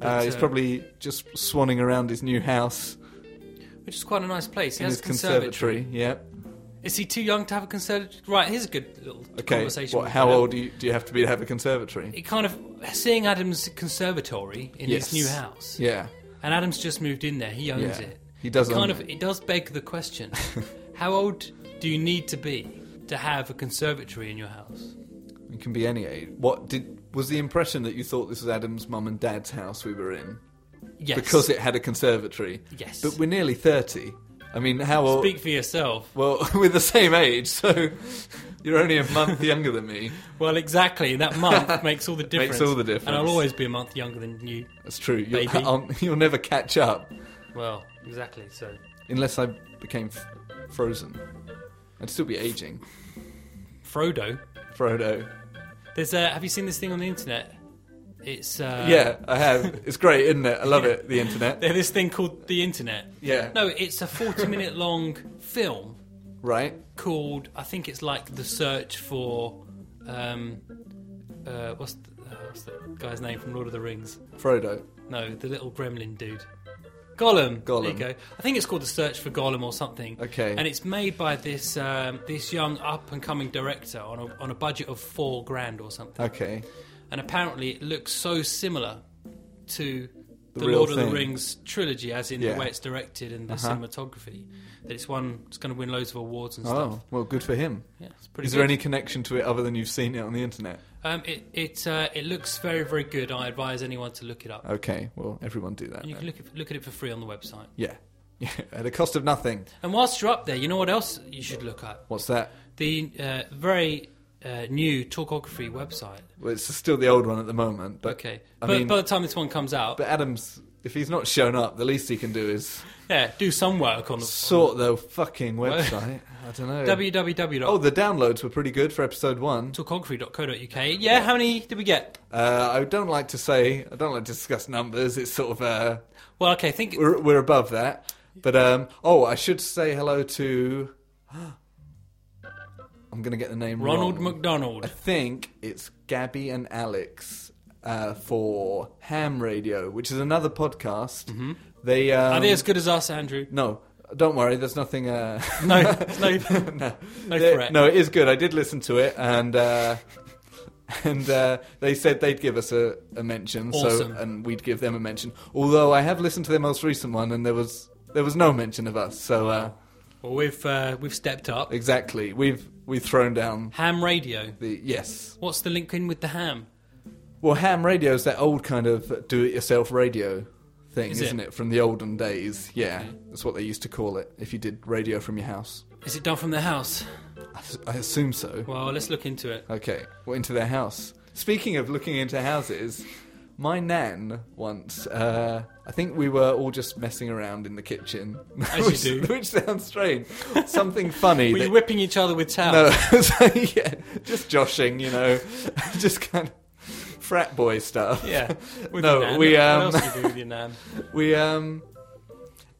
[SPEAKER 1] But,
[SPEAKER 2] he's
[SPEAKER 1] uh,
[SPEAKER 2] probably just swanning around his new house
[SPEAKER 1] Which is quite a nice place. He
[SPEAKER 2] in
[SPEAKER 1] has a
[SPEAKER 2] his
[SPEAKER 1] conservatory.
[SPEAKER 2] conservatory. Yeah.
[SPEAKER 1] Is he too young to have a conservatory? Right, here's a good little
[SPEAKER 2] Okay.
[SPEAKER 1] conversation.
[SPEAKER 2] What?
[SPEAKER 1] with
[SPEAKER 2] How
[SPEAKER 1] Adam.
[SPEAKER 2] old do you, do you have to be to have a conservatory?
[SPEAKER 1] It kind of seeing Adam's conservatory in
[SPEAKER 2] Yes.
[SPEAKER 1] his new house,
[SPEAKER 2] Yeah.
[SPEAKER 1] and Adam's just moved in there. He owns
[SPEAKER 2] Yeah.
[SPEAKER 1] it.
[SPEAKER 2] He does
[SPEAKER 1] It kind
[SPEAKER 2] own
[SPEAKER 1] of
[SPEAKER 2] it.
[SPEAKER 1] it does beg the question: How old do you need to be to have a conservatory in your house?
[SPEAKER 2] It can be any age. What did was the impression that you thought this was Adam's mum and dad's house we were in
[SPEAKER 1] Yes,
[SPEAKER 2] because it had a conservatory?
[SPEAKER 1] yes.
[SPEAKER 2] But we're nearly thirty. I mean, how old?
[SPEAKER 1] Speak for yourself.
[SPEAKER 2] Well, we're the same age, so you're only a month younger than me.
[SPEAKER 1] Well, exactly. That month makes all the
[SPEAKER 2] Makes
[SPEAKER 1] difference.
[SPEAKER 2] all the difference.
[SPEAKER 1] And I'll always be a month younger than you.
[SPEAKER 2] That's true. You'll,
[SPEAKER 1] Baby.
[SPEAKER 2] um, you'll never catch up
[SPEAKER 1] Well, exactly. So
[SPEAKER 2] unless I became f- frozen. I'd still be aging,
[SPEAKER 1] Frodo,
[SPEAKER 2] Frodo.
[SPEAKER 1] there's a. Have you seen this thing on the internet? It's uh,
[SPEAKER 2] yeah, I have. It's great, isn't it? I love it. The internet.
[SPEAKER 1] There's this thing called the internet.
[SPEAKER 2] Yeah.
[SPEAKER 1] No, it's a 40 minute long film
[SPEAKER 2] Right.
[SPEAKER 1] called, I think it's like The Search for. Um, uh, what's, the, uh, what's the guy's name from Lord of the Rings?
[SPEAKER 2] Frodo.
[SPEAKER 1] No, the little gremlin dude. Gollum. There you
[SPEAKER 2] Gollum.
[SPEAKER 1] go. I think it's called The Search for Gollum or something.
[SPEAKER 2] Okay.
[SPEAKER 1] And it's made by this um, this young up and coming director on a, on a budget of four grand or something.
[SPEAKER 2] Okay.
[SPEAKER 1] And apparently it looks so similar to
[SPEAKER 2] The
[SPEAKER 1] the,
[SPEAKER 2] real
[SPEAKER 1] Lord of
[SPEAKER 2] thing.
[SPEAKER 1] the Rings trilogy, as in
[SPEAKER 2] Yeah.
[SPEAKER 1] the way it's directed and the
[SPEAKER 2] Uh-huh.
[SPEAKER 1] cinematography, that it's one it's going to win loads of awards and stuff.
[SPEAKER 2] Oh, well, good for him.
[SPEAKER 1] Yeah, it's pretty
[SPEAKER 2] Is
[SPEAKER 1] good.
[SPEAKER 2] there any connection to it other than you've seen it on the internet?
[SPEAKER 1] Um, it it, uh, it looks very, very good. I advise anyone to look it up.
[SPEAKER 2] Okay, well, everyone do that.
[SPEAKER 1] and you can
[SPEAKER 2] then.
[SPEAKER 1] look at, look at it for free on the website.
[SPEAKER 2] Yeah. yeah, at a cost of nothing.
[SPEAKER 1] And whilst you're up there, you know what else you should look at?
[SPEAKER 2] What's that?
[SPEAKER 1] The uh, very uh, new Talkography website.
[SPEAKER 2] Well, it's still the old one at the moment, but
[SPEAKER 1] okay.
[SPEAKER 2] I
[SPEAKER 1] but
[SPEAKER 2] mean-
[SPEAKER 1] by the time this one comes out,
[SPEAKER 2] but Adams, if he's not shown up, the least he can do is
[SPEAKER 1] yeah, do some work on the
[SPEAKER 2] sort the fucking website. I don't know. oh,
[SPEAKER 1] www.talkography.co.uk.
[SPEAKER 2] the downloads were pretty good for episode one. oh,
[SPEAKER 1] Yeah, how many did we get?
[SPEAKER 2] Uh, I don't like to say, I don't like to discuss numbers. It's sort of uh,
[SPEAKER 1] Well, okay, think
[SPEAKER 2] we're we're above that. But um, oh, I should say hello to. I'm gonna get the name
[SPEAKER 1] Ronald
[SPEAKER 2] wrong. I
[SPEAKER 1] McDonald.
[SPEAKER 2] think it's Gabby and Alex uh, for Ham Radio, which is another podcast.
[SPEAKER 1] Mm-hmm.
[SPEAKER 2] They um,
[SPEAKER 1] Are they as good as us, Andrew?
[SPEAKER 2] No, don't worry. There's nothing. Uh,
[SPEAKER 1] No, no,
[SPEAKER 2] no,
[SPEAKER 1] no
[SPEAKER 2] They-
[SPEAKER 1] threat.
[SPEAKER 2] No, it is good. I did listen to it, and uh, and uh, they said they'd give us a, a mention.
[SPEAKER 1] Awesome.
[SPEAKER 2] So and we'd give them a mention. Although I have listened to their most recent one, and there was there was no mention of us. So uh,
[SPEAKER 1] Well, we've uh, we've stepped up.
[SPEAKER 2] exactly, we've we've thrown down
[SPEAKER 1] Ham radio.
[SPEAKER 2] the yes.
[SPEAKER 1] What's the link in with the ham?
[SPEAKER 2] Well, ham radio is that old kind of do-it-yourself radio thing,
[SPEAKER 1] Is
[SPEAKER 2] is
[SPEAKER 1] it?
[SPEAKER 2] isn't it? From the olden days. Yeah,
[SPEAKER 1] Okay.
[SPEAKER 2] that's what they used to call it if you did radio from your house.
[SPEAKER 1] Is it done from the house?
[SPEAKER 2] I, s- I assume so.
[SPEAKER 1] Well, let's look into it.
[SPEAKER 2] Okay, well, into their house. Speaking of looking into houses, My nan once, uh, I think we were all just messing around in the kitchen.
[SPEAKER 1] As
[SPEAKER 2] which,
[SPEAKER 1] you do.
[SPEAKER 2] Which sounds strange. Something funny.
[SPEAKER 1] Were
[SPEAKER 2] that-
[SPEAKER 1] you whipping each other with towels?
[SPEAKER 2] no, so, yeah, just joshing, you know, just kind of frat boy stuff.
[SPEAKER 1] Yeah. With
[SPEAKER 2] No,
[SPEAKER 1] your nan.
[SPEAKER 2] we, um,
[SPEAKER 1] What else do you do with your nan?
[SPEAKER 2] We um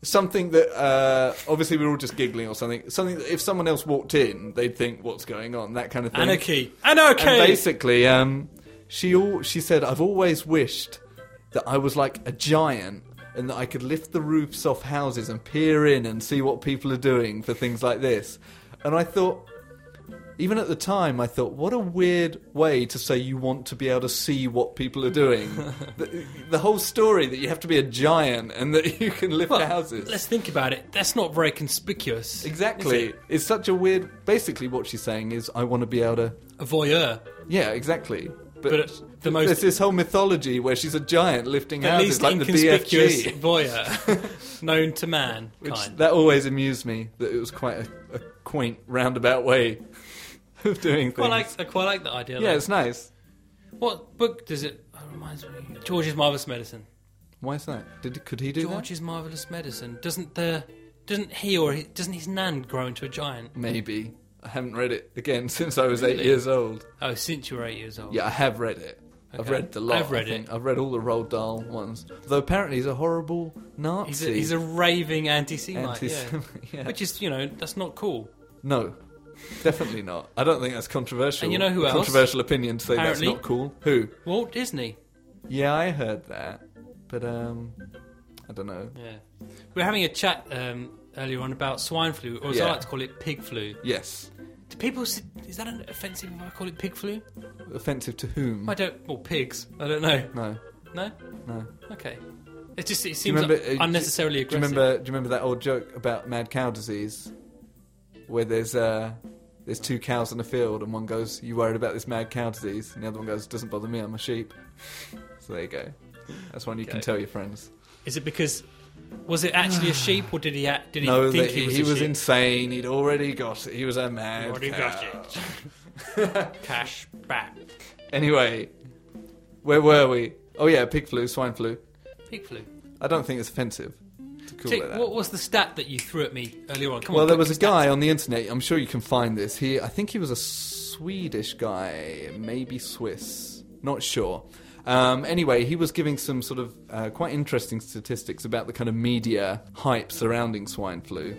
[SPEAKER 2] something that uh obviously we were all just giggling or something. Something that if someone else walked in, they'd think what's going on, that kind of thing.
[SPEAKER 1] Anarchy.
[SPEAKER 2] And
[SPEAKER 1] Anarchy.
[SPEAKER 2] basically um she all she said I've always wished that I was like a giant and that I could lift the roofs off houses and peer in and see what people are doing for things like this. And I thought even at the time, I thought, what a weird way to say you want to be able to see what people are doing. the, the whole story that you have to be a giant and that you can lift
[SPEAKER 1] Well,
[SPEAKER 2] houses.
[SPEAKER 1] Let's think about it. That's not very conspicuous.
[SPEAKER 2] Exactly.
[SPEAKER 1] is it?
[SPEAKER 2] It's such a weird. Basically, what she's saying is, I want to be able to.
[SPEAKER 1] A voyeur.
[SPEAKER 2] Yeah, exactly. But,
[SPEAKER 1] But it's the most-
[SPEAKER 2] there's this whole mythology where she's a giant lifting
[SPEAKER 1] The
[SPEAKER 2] houses
[SPEAKER 1] least
[SPEAKER 2] like the
[SPEAKER 1] inconspicuous
[SPEAKER 2] BFG.
[SPEAKER 1] voyeur known to man. kind.
[SPEAKER 2] That always amused me that it was quite a, a quaint roundabout way of doing
[SPEAKER 1] Quite
[SPEAKER 2] things.
[SPEAKER 1] like, I quite like that idea.
[SPEAKER 2] yeah,
[SPEAKER 1] though.
[SPEAKER 2] it's nice.
[SPEAKER 1] What book does it? Oh, it reminds me. George's Marvelous Medicine.
[SPEAKER 2] Why is that? Did could he do that?
[SPEAKER 1] George's Marvelous Medicine. Doesn't the doesn't he or he, doesn't his nan grow into a giant?
[SPEAKER 2] Mm. Maybe. I haven't read it again since I was eight
[SPEAKER 1] Really?
[SPEAKER 2] years old.
[SPEAKER 1] Oh, since you were eight years old.
[SPEAKER 2] Yeah, I have read it. I've
[SPEAKER 1] Okay.
[SPEAKER 2] read the lot.
[SPEAKER 1] I've read
[SPEAKER 2] I think.
[SPEAKER 1] it.
[SPEAKER 2] I've read all the Roald Dahl ones. Though apparently he's a horrible Nazi.
[SPEAKER 1] He's a, he's a raving anti-Semite.
[SPEAKER 2] Anti-Semite,
[SPEAKER 1] yeah.
[SPEAKER 2] yeah.
[SPEAKER 1] Which is, you know, that's not cool.
[SPEAKER 2] No, definitely not. I don't think that's controversial.
[SPEAKER 1] And you know who
[SPEAKER 2] A
[SPEAKER 1] else?
[SPEAKER 2] Controversial opinion to say
[SPEAKER 1] Apparently.
[SPEAKER 2] that's not cool. Who?
[SPEAKER 1] Walt Disney.
[SPEAKER 2] Yeah, I heard that, but um, I don't know.
[SPEAKER 1] Yeah. We were having a chat um, earlier on about swine flu, or as I
[SPEAKER 2] Yeah.
[SPEAKER 1] like to call it, pig flu.
[SPEAKER 2] Yes,
[SPEAKER 1] Do people? s- Is that an offensive? If I call it pig flu,
[SPEAKER 2] offensive to whom?
[SPEAKER 1] I don't. Well, pigs. I don't know.
[SPEAKER 2] No,
[SPEAKER 1] No.
[SPEAKER 2] no.
[SPEAKER 1] Okay. It just it
[SPEAKER 2] you
[SPEAKER 1] seems
[SPEAKER 2] remember- uh, do-
[SPEAKER 1] unnecessarily
[SPEAKER 2] Do you
[SPEAKER 1] aggressive.
[SPEAKER 2] remember? Do you remember that old joke about mad cow disease, where there's uh, there's two cows in a field and one goes, "You worried about this mad cow disease?" and the other one goes, "Doesn't bother me, I'm a sheep." So there you go. That's one you
[SPEAKER 1] Okay.
[SPEAKER 2] can tell your friends.
[SPEAKER 1] Is it because was it actually a sheep, or did he act, did he
[SPEAKER 2] no,
[SPEAKER 1] think
[SPEAKER 2] that he,
[SPEAKER 1] was
[SPEAKER 2] he
[SPEAKER 1] a
[SPEAKER 2] was
[SPEAKER 1] sheep?
[SPEAKER 2] insane. He'd already got it. He was a mad
[SPEAKER 1] Already
[SPEAKER 2] cow.
[SPEAKER 1] got it. Cash back.
[SPEAKER 2] Anyway, where were we? Oh yeah, pig flu, swine flu.
[SPEAKER 1] Pig flu.
[SPEAKER 2] I don't think it's offensive to call
[SPEAKER 1] Tick,
[SPEAKER 2] it that.
[SPEAKER 1] what was the stat that you threw at me earlier on? Come
[SPEAKER 2] well,
[SPEAKER 1] on.
[SPEAKER 2] there
[SPEAKER 1] quick,
[SPEAKER 2] was a guy on the internet. I'm sure you can find this. He, I think he was a Swedish guy, maybe Swiss, not sure. Um, anyway, he was giving some sort of uh, quite interesting statistics about the kind of media hype surrounding swine flu,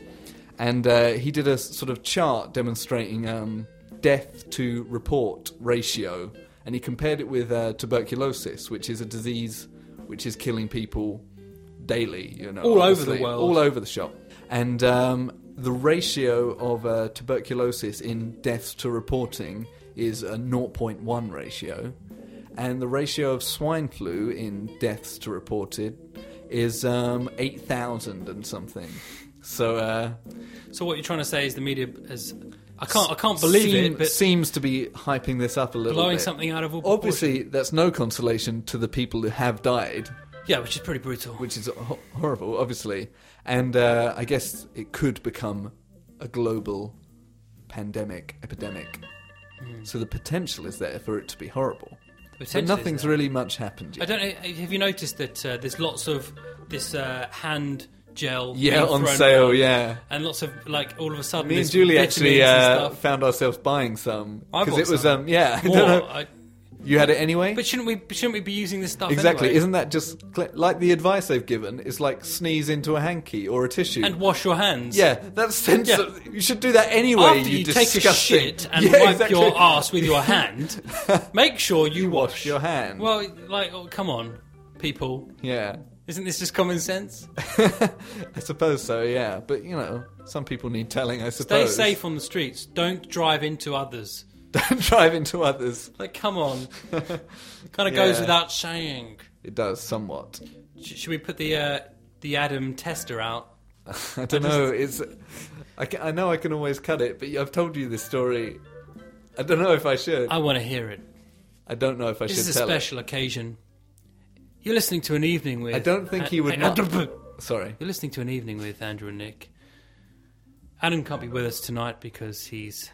[SPEAKER 2] and uh, he did a s- sort of chart demonstrating um, death to report ratio, and he compared it with uh, tuberculosis, which is a disease which is killing people daily. You know,
[SPEAKER 1] All over the
[SPEAKER 2] obviously,
[SPEAKER 1] world.
[SPEAKER 2] all all over the shop. And um, the ratio of uh, tuberculosis in deaths to reporting is a 0.1 ratio. And the ratio of swine flu in deaths to reported is um, 8,000 and something. So uh,
[SPEAKER 1] So what you're trying to say is the media is I can't I can't believe
[SPEAKER 2] seem-
[SPEAKER 1] it, but
[SPEAKER 2] seems to be hyping this up a little
[SPEAKER 1] blowing
[SPEAKER 2] bit.
[SPEAKER 1] something out of all proportion.
[SPEAKER 2] Obviously, that's no consolation to the people who have died.
[SPEAKER 1] Yeah, which is pretty brutal.
[SPEAKER 2] which is ho- horrible, obviously. And uh, I guess it could become a global pandemic, epidemic. So the potential is there for it to be horrible. But
[SPEAKER 1] Potentially,
[SPEAKER 2] nothing's
[SPEAKER 1] Hmm. is there?
[SPEAKER 2] really much happened
[SPEAKER 1] I
[SPEAKER 2] yet.
[SPEAKER 1] don't know. Have you noticed that uh, there's lots of this uh, hand gel?
[SPEAKER 2] Yeah,
[SPEAKER 1] being
[SPEAKER 2] on
[SPEAKER 1] thrown
[SPEAKER 2] sale,
[SPEAKER 1] around,
[SPEAKER 2] yeah.
[SPEAKER 1] and lots of like all of a sudden.
[SPEAKER 2] Me and
[SPEAKER 1] there's
[SPEAKER 2] Julie
[SPEAKER 1] vitamins
[SPEAKER 2] actually
[SPEAKER 1] and
[SPEAKER 2] uh,
[SPEAKER 1] stuff.
[SPEAKER 2] found ourselves buying some
[SPEAKER 1] I
[SPEAKER 2] because
[SPEAKER 1] bought
[SPEAKER 2] it was
[SPEAKER 1] some.
[SPEAKER 2] um yeah. I
[SPEAKER 1] More,
[SPEAKER 2] don't know.
[SPEAKER 1] I-
[SPEAKER 2] You had it anyway.
[SPEAKER 1] but shouldn't we? Shouldn't we be using this stuff
[SPEAKER 2] exactly.
[SPEAKER 1] anyway?
[SPEAKER 2] Isn't that just cl- like the advice they've given? It's like sneeze into a hanky or a tissue.
[SPEAKER 1] and wash your hands.
[SPEAKER 2] yeah, that's sense.
[SPEAKER 1] Yeah.
[SPEAKER 2] You should do that anyway.
[SPEAKER 1] After you, take a
[SPEAKER 2] disgusting-
[SPEAKER 1] shit and
[SPEAKER 2] Yeah,
[SPEAKER 1] wipe
[SPEAKER 2] exactly.
[SPEAKER 1] your ass with your hand, make sure you,
[SPEAKER 2] wash your hand.
[SPEAKER 1] Well, like, oh, come on, people.
[SPEAKER 2] Yeah.
[SPEAKER 1] Isn't this just common sense?
[SPEAKER 2] I suppose so, yeah. But, you know, some people need telling, I
[SPEAKER 1] Stay
[SPEAKER 2] suppose.
[SPEAKER 1] safe on the streets. Don't drive into others.
[SPEAKER 2] Don't drive into others.
[SPEAKER 1] Like, come on. kind of goes
[SPEAKER 2] Yeah.
[SPEAKER 1] without saying.
[SPEAKER 2] It does, somewhat.
[SPEAKER 1] Sh- should we put the uh, the Adam tester out?
[SPEAKER 2] I don't know. It's. I, ca I know I can always cut it, but I've told you this story. I don't know if I should.
[SPEAKER 1] I want to hear it.
[SPEAKER 2] I don't know if I
[SPEAKER 1] Uh, This
[SPEAKER 2] should
[SPEAKER 1] is a
[SPEAKER 2] tell
[SPEAKER 1] special occasion. You're listening to an evening with.
[SPEAKER 2] I don't think he would not-
[SPEAKER 1] You're
[SPEAKER 2] it. Sorry.
[SPEAKER 1] listening to an evening with Andrew and Nick. Adam can't be with us tonight because he's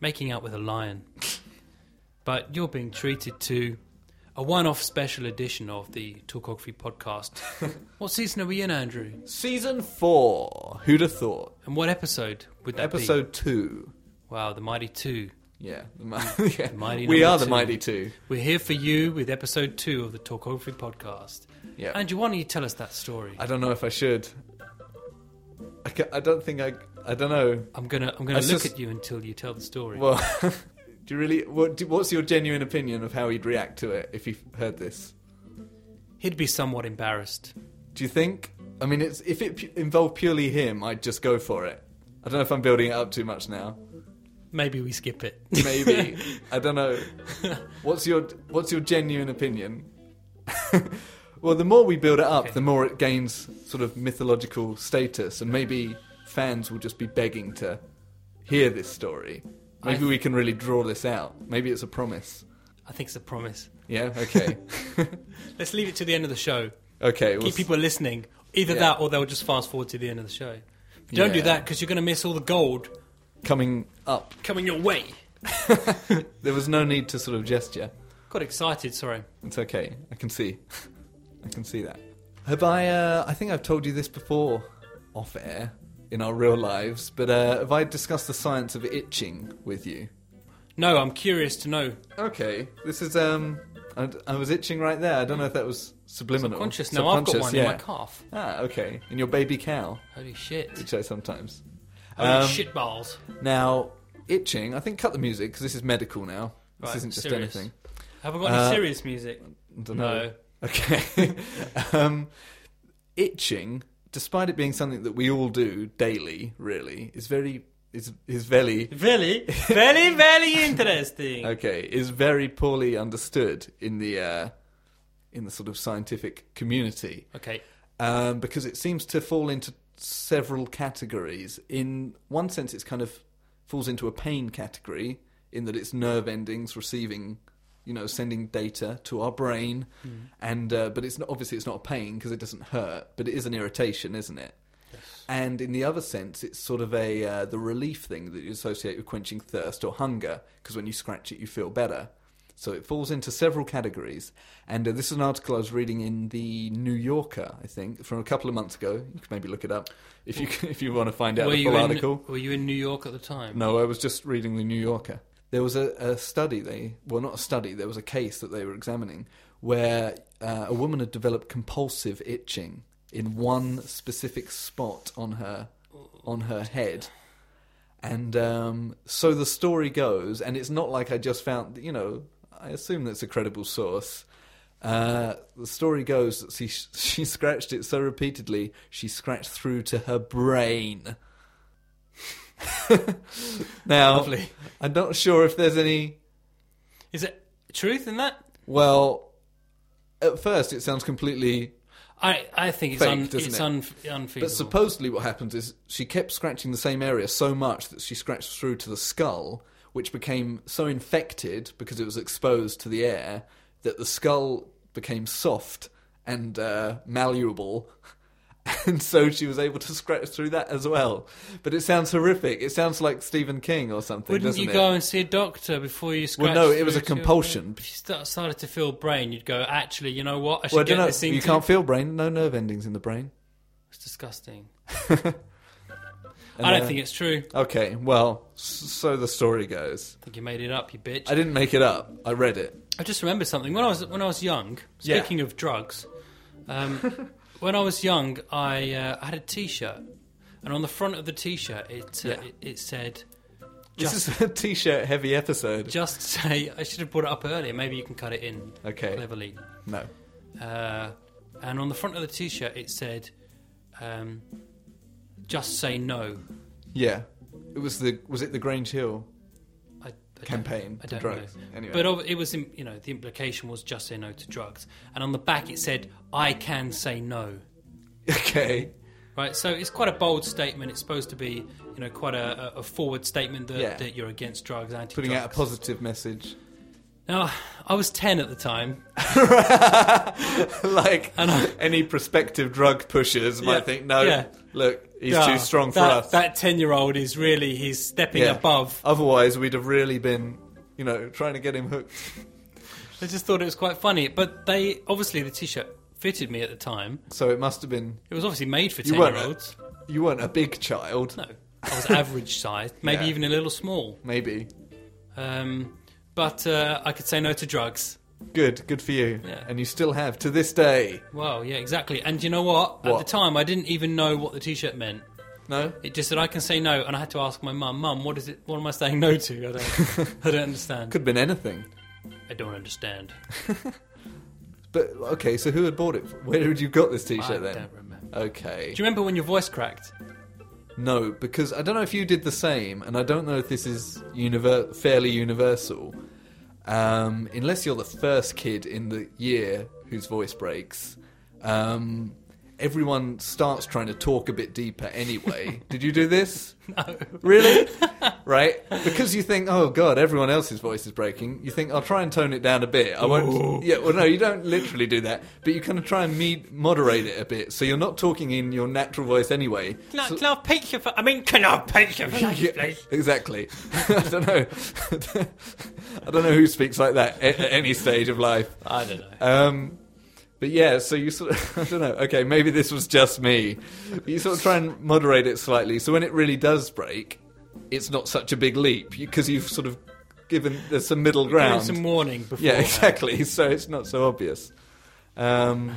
[SPEAKER 1] making out with a lion. But you're being treated to a one-off special edition of the Talkography podcast. what season are we in, Andrew?
[SPEAKER 2] Season four. Who'd have thought?
[SPEAKER 1] And what episode would that
[SPEAKER 2] Episode two.
[SPEAKER 1] be? Wow, the Mighty Two.
[SPEAKER 2] Yeah, the, mi- yeah.
[SPEAKER 1] mighty
[SPEAKER 2] we
[SPEAKER 1] number
[SPEAKER 2] are the
[SPEAKER 1] two.
[SPEAKER 2] mighty two.
[SPEAKER 1] We're here for you with episode two of the Talkography podcast.
[SPEAKER 2] Yeah,
[SPEAKER 1] Andrew, why don't you tell us that story?
[SPEAKER 2] I don't know if I should. I, ca- I don't think I. I don't know.
[SPEAKER 1] I'm gonna I'm gonna
[SPEAKER 2] I
[SPEAKER 1] look
[SPEAKER 2] just-
[SPEAKER 1] at you until you tell the story.
[SPEAKER 2] Well, do you really? What, do, what's your genuine opinion of how he'd react to it if he heard this?
[SPEAKER 1] He'd be somewhat embarrassed.
[SPEAKER 2] Do you think? I mean, it's if it pu- involved purely him, I'd just go for it. I don't know if I'm building it up too much now.
[SPEAKER 1] Maybe we skip it.
[SPEAKER 2] Maybe I don't know. What's your What's your genuine opinion? well, the more we build it up,
[SPEAKER 1] Okay.
[SPEAKER 2] the more it gains sort of mythological status, and maybe fans will just be begging to hear this story. Maybe
[SPEAKER 1] I-
[SPEAKER 2] we can really draw this out. Maybe it's a promise.
[SPEAKER 1] I think it's a promise.
[SPEAKER 2] Yeah. Okay.
[SPEAKER 1] Let's leave it to the end of the show.
[SPEAKER 2] okay. We'll
[SPEAKER 1] Keep people listening. Either
[SPEAKER 2] Yeah.
[SPEAKER 1] that or they'll just fast forward to the end of the show. Don't do
[SPEAKER 2] Yeah.
[SPEAKER 1] that because you're going to miss all the gold
[SPEAKER 2] coming up.
[SPEAKER 1] coming your way.
[SPEAKER 2] There was no need to sort of gesture.
[SPEAKER 1] Got excited, sorry.
[SPEAKER 2] It's okay. I can see. I can see that. Have I? Uh, I think I've told you this before, off air, in our real lives. But uh, have I discussed the science of itching with you?
[SPEAKER 1] No, I'm curious to know.
[SPEAKER 2] Okay. This is. Um. I, I was itching right there. I don't know if that was subliminal.
[SPEAKER 1] Conscious now, I've got
[SPEAKER 2] Subconscious,
[SPEAKER 1] one in
[SPEAKER 2] Yeah.
[SPEAKER 1] my calf.
[SPEAKER 2] Ah. Okay. In your baby cow,
[SPEAKER 1] Holy shit.
[SPEAKER 2] which I sometimes.
[SPEAKER 1] Holy
[SPEAKER 2] Um,
[SPEAKER 1] shit balls.
[SPEAKER 2] Now, itching. I think cut the music because this is medical now. This
[SPEAKER 1] Right,
[SPEAKER 2] isn't just
[SPEAKER 1] serious.
[SPEAKER 2] anything.
[SPEAKER 1] Have I got any
[SPEAKER 2] uh,
[SPEAKER 1] serious music?
[SPEAKER 2] I don't know.
[SPEAKER 1] No.
[SPEAKER 2] Okay. um, itching, despite it being something that we all do daily, really, is very is is very
[SPEAKER 1] Very, very, very interesting.
[SPEAKER 2] okay is very poorly understood in the uh, in the sort of scientific community
[SPEAKER 1] Okay.
[SPEAKER 2] um, because it seems to fall into several categories. In one sense, it's kind of falls into a pain category in that it's nerve endings receiving, you know, sending data to our brain, and uh, but it's not obviously it's not a pain because it doesn't hurt, but it is an irritation, isn't it? And in the other sense, it's sort of a uh, the relief thing that you associate with quenching thirst or hunger, because when you scratch it, you feel better. So it falls into several categories. And uh, this is an article I was reading in the New Yorker, I think, from a couple of months ago. You can maybe look it up if you if you want to find out
[SPEAKER 1] Were
[SPEAKER 2] the
[SPEAKER 1] you,
[SPEAKER 2] full
[SPEAKER 1] in,
[SPEAKER 2] article.
[SPEAKER 1] were you in New York at the time?
[SPEAKER 2] No, I was just reading the New Yorker. There was a, a study they well not a study there was a case that they were examining where uh, a woman had developed compulsive itching in one specific spot on her on her head, and um, so the story goes. And it's not like I just found you know I assume that's a credible source. Uh, the story goes that she she scratched it so repeatedly she scratched through to her brain. now,
[SPEAKER 1] Lovely.
[SPEAKER 2] I'm not sure if there's any.
[SPEAKER 1] Is it truth in that?
[SPEAKER 2] Well, at first it sounds completely.
[SPEAKER 1] I, I think it's,
[SPEAKER 2] Fake,
[SPEAKER 1] un,
[SPEAKER 2] doesn't
[SPEAKER 1] it's
[SPEAKER 2] it?
[SPEAKER 1] un,
[SPEAKER 2] But
[SPEAKER 1] unfeasible.
[SPEAKER 2] supposedly what happens is she kept scratching the same area so much that she scratched through to the skull, which became so infected because it was exposed to the air that the skull became soft and uh, malleable. And so she was able to scratch through that as well. But it sounds horrific. It sounds like Stephen King or something,
[SPEAKER 1] Wouldn't
[SPEAKER 2] doesn't
[SPEAKER 1] you
[SPEAKER 2] it?
[SPEAKER 1] go and see a doctor before you
[SPEAKER 2] well,
[SPEAKER 1] scratch?
[SPEAKER 2] no, it was
[SPEAKER 1] through
[SPEAKER 2] a
[SPEAKER 1] to your
[SPEAKER 2] compulsion.
[SPEAKER 1] brain? If you start, started to feel brain, you'd go, actually, you know what? I should
[SPEAKER 2] Well, I
[SPEAKER 1] get
[SPEAKER 2] don't know.
[SPEAKER 1] this thing.
[SPEAKER 2] You can't feel brain. No nerve endings in the brain.
[SPEAKER 1] It's disgusting.
[SPEAKER 2] And,
[SPEAKER 1] I don't
[SPEAKER 2] uh,
[SPEAKER 1] think it's true.
[SPEAKER 2] Okay, well, s- so the story goes.
[SPEAKER 1] I think you made it up, you bitch.
[SPEAKER 2] I
[SPEAKER 1] I,
[SPEAKER 2] didn't make it up. I read it.
[SPEAKER 1] just remembered something. When I was when I was young,
[SPEAKER 2] Yeah.
[SPEAKER 1] speaking of drugs, um, when I was young, I, uh, I had a T-shirt, and on the front of the T-shirt, it uh,
[SPEAKER 2] Yeah.
[SPEAKER 1] it, it said,
[SPEAKER 2] this is a t-shirt heavy episode.
[SPEAKER 1] "Just say." I should have brought it up earlier. Maybe you can cut it in
[SPEAKER 2] okay.
[SPEAKER 1] cleverly.
[SPEAKER 2] No.
[SPEAKER 1] Uh, and on the front of the T-shirt, it said, um, "Just say no."
[SPEAKER 2] Yeah. It was the was it the Grange Hill
[SPEAKER 1] I, I don't-
[SPEAKER 2] campaign?
[SPEAKER 1] I don't
[SPEAKER 2] drugs.
[SPEAKER 1] know.
[SPEAKER 2] Anyway.
[SPEAKER 1] But ob- it was, im- you know, the implication was just say no to drugs. And on the back, it said, "I can say no."
[SPEAKER 2] okay.
[SPEAKER 1] Right, so it's quite a bold statement. It's supposed to be, you know, quite a, a- a forward statement that,
[SPEAKER 2] Yeah.
[SPEAKER 1] that you're against drugs, anti-drugs.
[SPEAKER 2] Putting out a positive message.
[SPEAKER 1] Now, I was ten at the time.
[SPEAKER 2] like
[SPEAKER 1] I know.
[SPEAKER 2] any prospective drug pushers
[SPEAKER 1] Yeah,
[SPEAKER 2] might think, no,
[SPEAKER 1] yeah.
[SPEAKER 2] look, he's
[SPEAKER 1] Ah,
[SPEAKER 2] too strong for
[SPEAKER 1] that,
[SPEAKER 2] us.
[SPEAKER 1] That ten-year-old is really he's stepping
[SPEAKER 2] Yeah.
[SPEAKER 1] above.
[SPEAKER 2] Otherwise, we'd have really been, you know, trying to get him hooked.
[SPEAKER 1] I just thought it was quite funny. But they obviously the t-shirt fitted me at the time.
[SPEAKER 2] So it must have been
[SPEAKER 1] It was obviously made for
[SPEAKER 2] You
[SPEAKER 1] ten
[SPEAKER 2] weren't
[SPEAKER 1] year olds.
[SPEAKER 2] you weren't a big child.
[SPEAKER 1] No, I was average size, maybe
[SPEAKER 2] Yeah.
[SPEAKER 1] even a little small.
[SPEAKER 2] Maybe.
[SPEAKER 1] Um, but uh, I could say no to drugs.
[SPEAKER 2] Good, good for you.
[SPEAKER 1] Yeah.
[SPEAKER 2] And you still have to this day.
[SPEAKER 1] Well, yeah, exactly. And you know what? At
[SPEAKER 2] What?
[SPEAKER 1] the time, I didn't even know what the t-shirt meant.
[SPEAKER 2] No?
[SPEAKER 1] It just said I can say no, and I had to ask my mum, "Mum, what is it? What am I saying no to? I don't, I don't understand.
[SPEAKER 2] Could have been anything.
[SPEAKER 1] I don't understand."
[SPEAKER 2] But okay, so who had bought it? Where had you got this
[SPEAKER 1] I
[SPEAKER 2] T-shirt then?
[SPEAKER 1] don't remember.
[SPEAKER 2] Okay.
[SPEAKER 1] Do you remember when your voice cracked?
[SPEAKER 2] No, because I don't know if you did the same, and I don't know if this is univer- fairly universal. Um, unless you're the first kid in the year whose voice breaks, um, everyone starts trying to talk a bit deeper anyway. did you do this?
[SPEAKER 1] No.
[SPEAKER 2] Really? right? Because you think, oh god, everyone else's voice is breaking. You think, I'll try and tone it down a bit. I won't. Yeah. Well, no, you don't literally do that, but you kind of try and me- moderate it a bit, so you're not talking in your natural voice anyway.
[SPEAKER 1] Can I,
[SPEAKER 2] So-
[SPEAKER 1] can I pick your? I mean, can I pick your face,
[SPEAKER 2] Yeah,
[SPEAKER 1] please?
[SPEAKER 2] exactly. I don't know. I don't know who speaks like that at, at any stage of life.
[SPEAKER 1] I don't know.
[SPEAKER 2] Um, but yeah, so you sort of, I don't know, okay, maybe this was just me. But you sort of try and moderate it slightly. So when it really does break, it's not such a big leap because you've sort of given, there's some middle
[SPEAKER 1] Give
[SPEAKER 2] ground.
[SPEAKER 1] it some warning before.
[SPEAKER 2] yeah, exactly. So it's not so obvious. Um,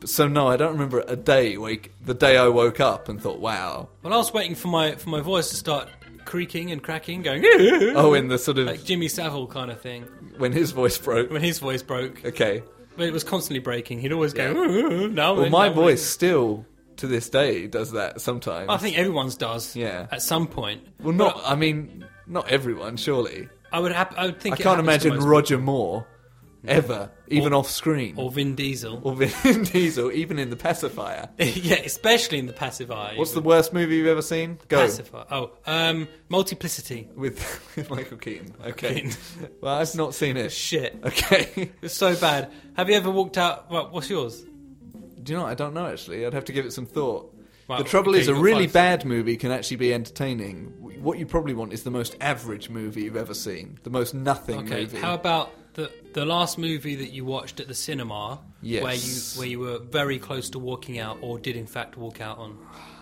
[SPEAKER 2] but- so no, I don't remember a day, wake, the day I woke up and thought, wow.
[SPEAKER 1] Well, I was waiting for my for my voice to start creaking and cracking, going
[SPEAKER 2] Oh, in the sort of,
[SPEAKER 1] like Jimmy Savile kind of thing.
[SPEAKER 2] when his voice broke.
[SPEAKER 1] When his voice broke,
[SPEAKER 2] Okay.
[SPEAKER 1] but it was constantly breaking. He'd always go.
[SPEAKER 2] Yeah.
[SPEAKER 1] No,
[SPEAKER 2] Well, my
[SPEAKER 1] no,
[SPEAKER 2] voice still to this day does that sometimes.
[SPEAKER 1] I think everyone's does.
[SPEAKER 2] Yeah.
[SPEAKER 1] At some point.
[SPEAKER 2] Well,
[SPEAKER 1] But
[SPEAKER 2] not. I mean, not everyone. Surely,
[SPEAKER 1] I would. Hap- I would think.
[SPEAKER 2] I
[SPEAKER 1] it
[SPEAKER 2] can't
[SPEAKER 1] happens to
[SPEAKER 2] imagine
[SPEAKER 1] most
[SPEAKER 2] Roger Moore ever, even off screen,
[SPEAKER 1] people. Or Vin Diesel.
[SPEAKER 2] or Vin Diesel, even in the pacifier.
[SPEAKER 1] yeah, especially in the passive eye.
[SPEAKER 2] What's the worst movie you've ever seen? Go
[SPEAKER 1] passive eye? Oh, um, multiplicity.
[SPEAKER 2] with with Michael Keaton. Okay.
[SPEAKER 1] Keaton.
[SPEAKER 2] well, I've not seen it.
[SPEAKER 1] Shit.
[SPEAKER 2] Okay.
[SPEAKER 1] It's so bad. Have you ever walked out? Well, what's yours?
[SPEAKER 2] Do you know? what? I don't know. Actually, I'd have to give it some thought.
[SPEAKER 1] Right,
[SPEAKER 2] the trouble
[SPEAKER 1] okay,
[SPEAKER 2] is, a
[SPEAKER 1] you've got
[SPEAKER 2] really
[SPEAKER 1] five.
[SPEAKER 2] bad movie can actually be entertaining. W- What you probably want is the most average movie you've ever seen, the most nothing
[SPEAKER 1] Okay.
[SPEAKER 2] movie.
[SPEAKER 1] How about the the last movie that you watched at the cinema?
[SPEAKER 2] Yes.
[SPEAKER 1] Where you where you were very close to walking out, or did in fact walk out on?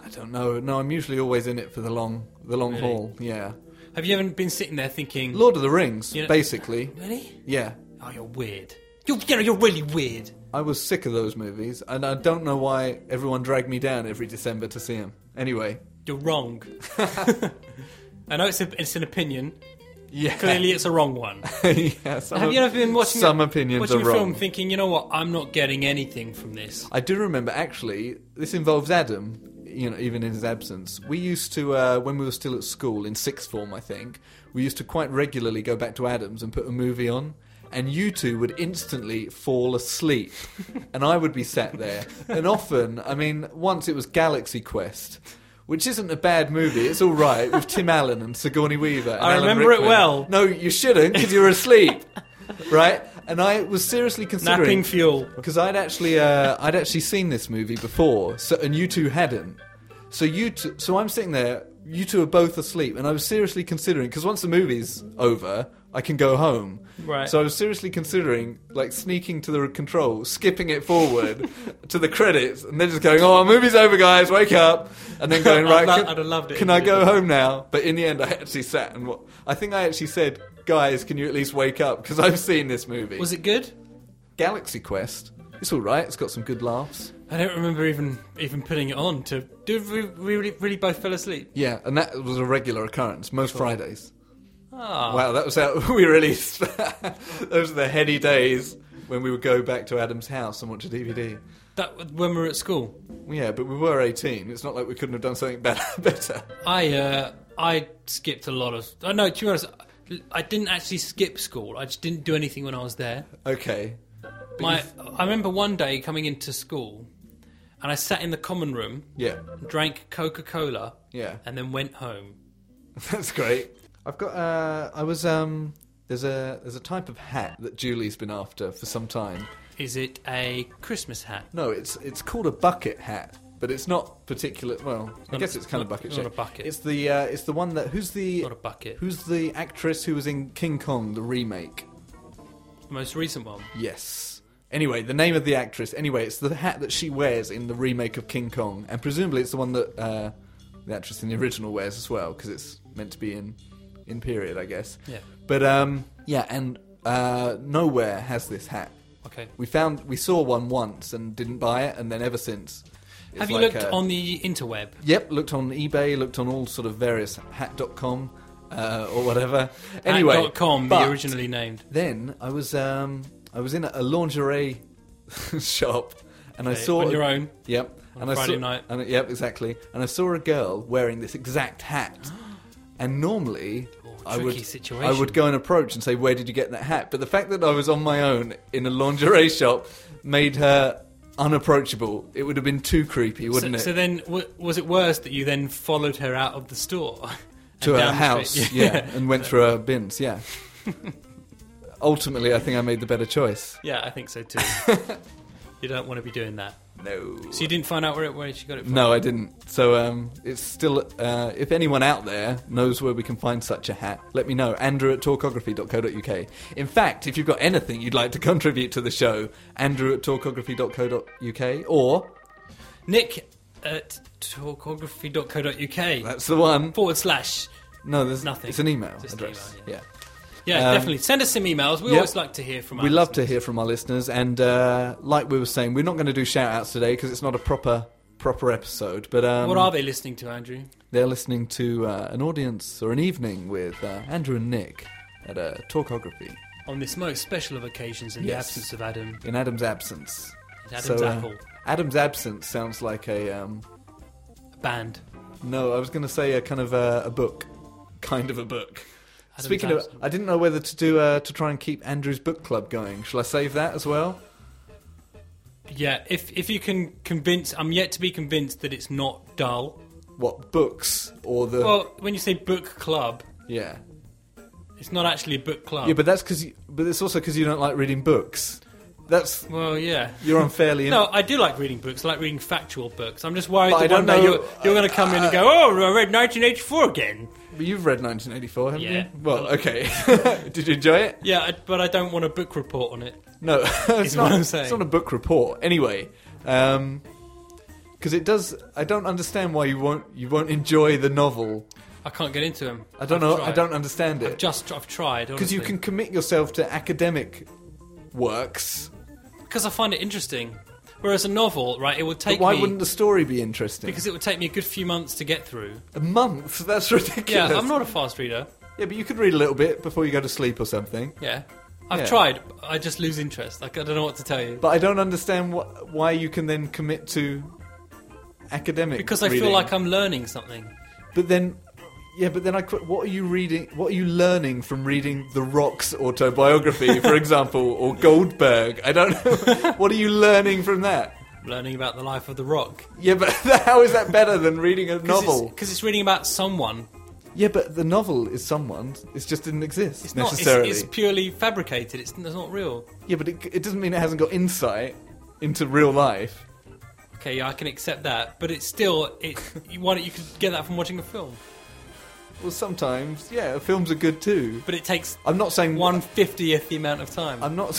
[SPEAKER 2] I don't know. No, I'm usually always in it for the long, the long
[SPEAKER 1] Really?
[SPEAKER 2] haul. Yeah,
[SPEAKER 1] Have you ever been sitting there thinking,
[SPEAKER 2] Lord of the Rings,
[SPEAKER 1] You know-
[SPEAKER 2] basically.
[SPEAKER 1] really?
[SPEAKER 2] Yeah,
[SPEAKER 1] Oh, you're weird. You're you know, you're really weird.
[SPEAKER 2] I was sick of those movies, and I don't know why everyone dragged me down every December to see them. Anyway,
[SPEAKER 1] You're wrong. I know it's a, it's an opinion.
[SPEAKER 2] yeah,
[SPEAKER 1] Clearly, it's a wrong one.
[SPEAKER 2] yeah, some
[SPEAKER 1] Have you
[SPEAKER 2] op-
[SPEAKER 1] ever been watching
[SPEAKER 2] some
[SPEAKER 1] a,
[SPEAKER 2] opinions
[SPEAKER 1] watching
[SPEAKER 2] are
[SPEAKER 1] a
[SPEAKER 2] wrong?
[SPEAKER 1] film thinking, you know what, I'm not getting anything from this?
[SPEAKER 2] I do remember actually. This involves Adam. You know, even in his absence, we used to uh, when we were still at school in sixth form, I think. We used to quite regularly go back to Adams and put a movie on, and you two would instantly fall asleep, and I would be sat there. And often, I mean, once it was Galaxy Quest. Which isn't a bad movie. It's all right with Tim Allen and Sigourney Weaver. and
[SPEAKER 1] I
[SPEAKER 2] Alan
[SPEAKER 1] remember it
[SPEAKER 2] Rickman.
[SPEAKER 1] well.
[SPEAKER 2] No, you shouldn't because you're asleep, right? And I was seriously considering
[SPEAKER 1] Napping fuel.
[SPEAKER 2] because I'd actually uh, I'd actually seen this movie before, so, and you two hadn't. So you two, so I'm sitting there. You two are both asleep, and I was seriously considering because once the movie's over, I can go home.
[SPEAKER 1] Right.
[SPEAKER 2] So I was seriously considering like sneaking to the controls, skipping it forward to the credits, and then just going, "Oh, our movie's over, guys, wake up!" And then going,
[SPEAKER 1] I'd
[SPEAKER 2] "Right,
[SPEAKER 1] lo-
[SPEAKER 2] can,
[SPEAKER 1] I'd have loved it
[SPEAKER 2] Can
[SPEAKER 1] if
[SPEAKER 2] I
[SPEAKER 1] you
[SPEAKER 2] go
[SPEAKER 1] did.
[SPEAKER 2] home now?" But in the end, I actually sat and wa- I think I actually said, "Guys, can you at least wake up?" Because I've seen this movie.
[SPEAKER 1] Was it good?
[SPEAKER 2] Galaxy Quest. It's all right. It's got some good laughs.
[SPEAKER 1] I don't remember even even putting it on. To did we, we really, really both fell asleep?
[SPEAKER 2] Yeah, and that was a regular occurrence most Fridays.
[SPEAKER 1] Ah,
[SPEAKER 2] Wow, that was how we released. Those are the heady days when we would go back to Adam's house and watch a DVD.
[SPEAKER 1] that was when we were at school,
[SPEAKER 2] Yeah, but we were 18. It's not like we couldn't have done something better. better.
[SPEAKER 1] I uh, I skipped a lot of. I know. To be honest, I didn't actually skip school. I just didn't do anything when I was there.
[SPEAKER 2] Okay.
[SPEAKER 1] My, I remember one day coming into school, and I sat in the common room,
[SPEAKER 2] Yeah,
[SPEAKER 1] drank Coca Cola,
[SPEAKER 2] yeah.
[SPEAKER 1] and then went home.
[SPEAKER 2] That's great. I've got. Uh, I was. Um, there's a there's a type of hat that Julie's been after for some time.
[SPEAKER 1] Is it a Christmas hat?
[SPEAKER 2] No, it's it's called a bucket hat, but it's not particular. Well, I
[SPEAKER 1] not-
[SPEAKER 2] guess it's kind of
[SPEAKER 1] not-
[SPEAKER 2] bucket
[SPEAKER 1] not a
[SPEAKER 2] shaped.
[SPEAKER 1] bucket.
[SPEAKER 2] It's the uh, it's the one that who's the
[SPEAKER 1] Not a bucket.
[SPEAKER 2] who's the actress who was in King Kong the remake?
[SPEAKER 1] The most recent one.
[SPEAKER 2] Yes. Anyway, the name of the actress. Anyway, it's the hat that she wears in the remake of King Kong, and presumably it's the one that uh, the actress in the original wears as well, because it's meant to be in in period, I guess.
[SPEAKER 1] Yeah.
[SPEAKER 2] But um, yeah, and uh, nowhere has this hat.
[SPEAKER 1] Okay.
[SPEAKER 2] We found we saw one once and didn't buy it, and then ever since. it's
[SPEAKER 1] Have you
[SPEAKER 2] like
[SPEAKER 1] looked
[SPEAKER 2] a-
[SPEAKER 1] on the interweb?
[SPEAKER 2] Yep, looked on eBay, looked on all sort of various hat.com uh, or whatever. Anyway,
[SPEAKER 1] Dot .com,
[SPEAKER 2] but
[SPEAKER 1] the originally named.
[SPEAKER 2] Then I was um, I was in a lingerie shop and I
[SPEAKER 1] Okay,
[SPEAKER 2] saw
[SPEAKER 1] on your own.
[SPEAKER 2] Yep.
[SPEAKER 1] On
[SPEAKER 2] and
[SPEAKER 1] a
[SPEAKER 2] I
[SPEAKER 1] Friday
[SPEAKER 2] saw,
[SPEAKER 1] night.
[SPEAKER 2] And, yep, exactly. And I saw a girl wearing this exact hat. And normally,
[SPEAKER 1] Oh,
[SPEAKER 2] I
[SPEAKER 1] tricky
[SPEAKER 2] would
[SPEAKER 1] situation.
[SPEAKER 2] I would go and approach and say, "Where did you get that hat?" But the fact that I was on my own in a lingerie shop made her unapproachable. It would have been too creepy,
[SPEAKER 1] so,
[SPEAKER 2] wouldn't it?
[SPEAKER 1] so then, w- was it worse that you then followed her out of the store and
[SPEAKER 2] to her
[SPEAKER 1] down the
[SPEAKER 2] house,
[SPEAKER 1] street?
[SPEAKER 2] yeah. and went through her bins, yeah. Ultimately, I think I made the better choice.
[SPEAKER 1] yeah, I think so too. you don't want to be doing that.
[SPEAKER 2] No.
[SPEAKER 1] So you didn't find out where it where she got it from.
[SPEAKER 2] No, I didn't. So um, it's still. Uh, if anyone out there knows where we can find such a hat, let me know. Andrew at talkography.co.uk. In fact, if you've got anything you'd like to contribute to the show, Andrew at talkography.co.uk or
[SPEAKER 1] Nick at talkography.co.uk
[SPEAKER 2] that's the one.
[SPEAKER 1] forward slash.
[SPEAKER 2] No, there's
[SPEAKER 1] Nothing.
[SPEAKER 2] It's an email
[SPEAKER 1] Just an
[SPEAKER 2] address.
[SPEAKER 1] email,
[SPEAKER 2] yeah.
[SPEAKER 1] Yeah,
[SPEAKER 2] Um,
[SPEAKER 1] definitely. Send us some emails. We
[SPEAKER 2] yep.
[SPEAKER 1] always like to hear from.
[SPEAKER 2] we love to hear from our listeners and uh, like we were saying we're not going to do shout outs today because it's not a proper proper episode but um,
[SPEAKER 1] what are they listening to, Andrew?
[SPEAKER 2] they're listening to uh, an audience or an evening with uh, andrew and nick at uh, talkography
[SPEAKER 1] On this most special of occasions, in the
[SPEAKER 2] Yes.
[SPEAKER 1] absence of Adam,
[SPEAKER 2] in adam's absence
[SPEAKER 1] Adam's
[SPEAKER 2] So, uh,
[SPEAKER 1] apple
[SPEAKER 2] adam's absence sounds like a um,
[SPEAKER 1] band.
[SPEAKER 2] no i was going to say a kind of a, a book kind of a book
[SPEAKER 1] Adam's
[SPEAKER 2] Speaking of,
[SPEAKER 1] absence.
[SPEAKER 2] I didn't know whether to do uh, to try and keep Andrew's book club going. Shall I save that as well?
[SPEAKER 1] yeah, if if you can convince, I'm yet to be convinced that it's not dull.
[SPEAKER 2] What books or the?
[SPEAKER 1] Well, when you say book club,
[SPEAKER 2] yeah,
[SPEAKER 1] it's not actually a book club.
[SPEAKER 2] Yeah, but that's because. But it's also because you don't like reading books. That's
[SPEAKER 1] well, yeah.
[SPEAKER 2] you're unfairly.
[SPEAKER 1] No, I do like reading books. I like reading factual books. I'm just worried
[SPEAKER 2] But I
[SPEAKER 1] that one
[SPEAKER 2] don't
[SPEAKER 1] day
[SPEAKER 2] know- uh,
[SPEAKER 1] you're, you're going to come in and go, "Oh, I read 1984 again."
[SPEAKER 2] But you've read 1984, haven't
[SPEAKER 1] Yeah.
[SPEAKER 2] you? Well, okay. Did you enjoy it?
[SPEAKER 1] Yeah, I- but I don't want a book report on it.
[SPEAKER 2] No, it's
[SPEAKER 1] Is
[SPEAKER 2] not.
[SPEAKER 1] what I'm saying.
[SPEAKER 2] It's not a book report, anyway. Because it does. I don't understand why you won't. You won't enjoy the novel.
[SPEAKER 1] I can't get into them.
[SPEAKER 2] I don't
[SPEAKER 1] I've
[SPEAKER 2] know. I
[SPEAKER 1] tried.
[SPEAKER 2] don't understand
[SPEAKER 1] I've
[SPEAKER 2] it.
[SPEAKER 1] just I've tried
[SPEAKER 2] Because you can commit yourself to academic works.
[SPEAKER 1] because I find it interesting. Whereas a novel, right, it would
[SPEAKER 2] But
[SPEAKER 1] take
[SPEAKER 2] why
[SPEAKER 1] me
[SPEAKER 2] wouldn't the story be interesting?
[SPEAKER 1] because it would take me a good few months to get through.
[SPEAKER 2] a month. That's ridiculous.
[SPEAKER 1] Yeah, I'm not a fast reader.
[SPEAKER 2] Yeah, but you could read a little bit before you go to sleep or something.
[SPEAKER 1] Yeah. I've
[SPEAKER 2] Yeah.
[SPEAKER 1] tried. but I just lose interest. Like, I don't know what to tell you.
[SPEAKER 2] But I don't understand wh- why you can then commit to academic.
[SPEAKER 1] Because I feel
[SPEAKER 2] reading.
[SPEAKER 1] like I'm learning something.
[SPEAKER 2] But then, yeah, but then I. qu- What are you reading? What are you learning from reading The Rock's autobiography, for example, or Goldberg? I don't know. what are you learning from that?
[SPEAKER 1] Learning about the life of The Rock.
[SPEAKER 2] Yeah, but how is that better than reading a novel?
[SPEAKER 1] Because it's, reading about someone.
[SPEAKER 2] Yeah, but the novel is someone's. It just didn't exist
[SPEAKER 1] It's not. It's,
[SPEAKER 2] necessarily.
[SPEAKER 1] it's purely fabricated. It's, it's not real.
[SPEAKER 2] Yeah, but it, it doesn't mean it hasn't got insight into real life.
[SPEAKER 1] Okay, yeah, I can accept that. But it's still. It, you want it, You could get that from watching a film.
[SPEAKER 2] Well, sometimes, yeah, films are good too.
[SPEAKER 1] But it takes
[SPEAKER 2] I'm not saying
[SPEAKER 1] one fiftieth the amount of time.
[SPEAKER 2] I'm not.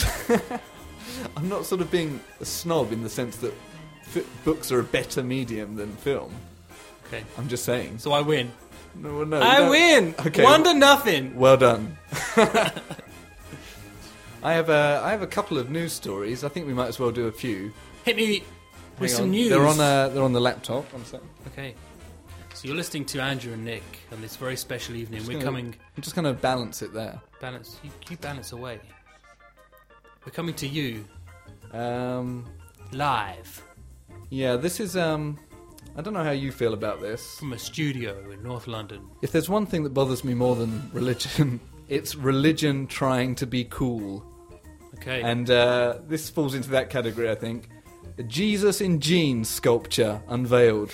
[SPEAKER 2] I'm not sort of being a snob in the sense that f- books are a better medium than film.
[SPEAKER 1] okay.
[SPEAKER 2] I'm just saying.
[SPEAKER 1] So I win.
[SPEAKER 2] No, well, no,
[SPEAKER 1] I
[SPEAKER 2] no.
[SPEAKER 1] win.
[SPEAKER 2] Okay.
[SPEAKER 1] One to nothing.
[SPEAKER 2] Well done. I have a I have a couple of news stories. I think we might as well do a few.
[SPEAKER 1] Hit me with
[SPEAKER 2] Hang
[SPEAKER 1] some
[SPEAKER 2] on.
[SPEAKER 1] news.
[SPEAKER 2] They're on uh, they're on the laptop. One sec.
[SPEAKER 1] Okay. So you're listening to Andrew and Nick on this very special evening.
[SPEAKER 2] Just
[SPEAKER 1] We're
[SPEAKER 2] gonna-
[SPEAKER 1] coming
[SPEAKER 2] I'm just going to balance it there.
[SPEAKER 1] balance. You, you balance away. We're coming to you
[SPEAKER 2] Um,
[SPEAKER 1] live
[SPEAKER 2] yeah, this is um, I don't know how you feel about this.
[SPEAKER 1] from a studio in North London.
[SPEAKER 2] If there's one thing that bothers me more than religion, it's religion trying to be cool.
[SPEAKER 1] Okay.
[SPEAKER 2] And uh, this falls into that category, I think. A Jesus in Jeans sculpture unveiled.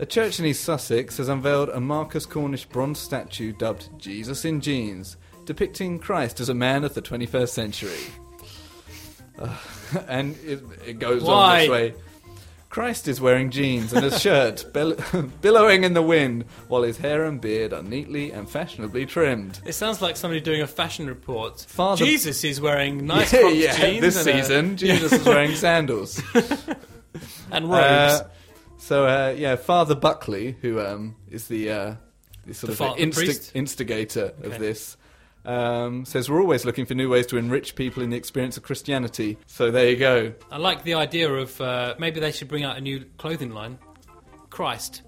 [SPEAKER 2] A church in East Sussex has unveiled a Marcus Cornish bronze statue dubbed Jesus in Jeans, depicting Christ as a man of the 21st century. Ugh, and it, it goes on
[SPEAKER 1] Why?
[SPEAKER 2] this way. Christ is wearing jeans and a shirt, bill- billowing in the wind, while his hair and beard are neatly and fashionably trimmed.
[SPEAKER 1] It sounds like somebody doing a fashion report.
[SPEAKER 2] Father-
[SPEAKER 1] Jesus is wearing nice
[SPEAKER 2] yeah,
[SPEAKER 1] cropped
[SPEAKER 2] yeah,
[SPEAKER 1] jeans
[SPEAKER 2] this
[SPEAKER 1] and, uh, a-
[SPEAKER 2] season, Jesus is wearing sandals.
[SPEAKER 1] and robes.
[SPEAKER 2] Uh, so uh, yeah, Father Buckley, who um, is the, uh, the sort
[SPEAKER 1] The
[SPEAKER 2] of
[SPEAKER 1] fa- the priest?
[SPEAKER 2] instigator
[SPEAKER 1] Okay.
[SPEAKER 2] of this, um, says we're always looking for new ways to enrich people in the experience of Christianity. So there you go.
[SPEAKER 1] I like the idea of uh, maybe they should bring out a new clothing line. Christ.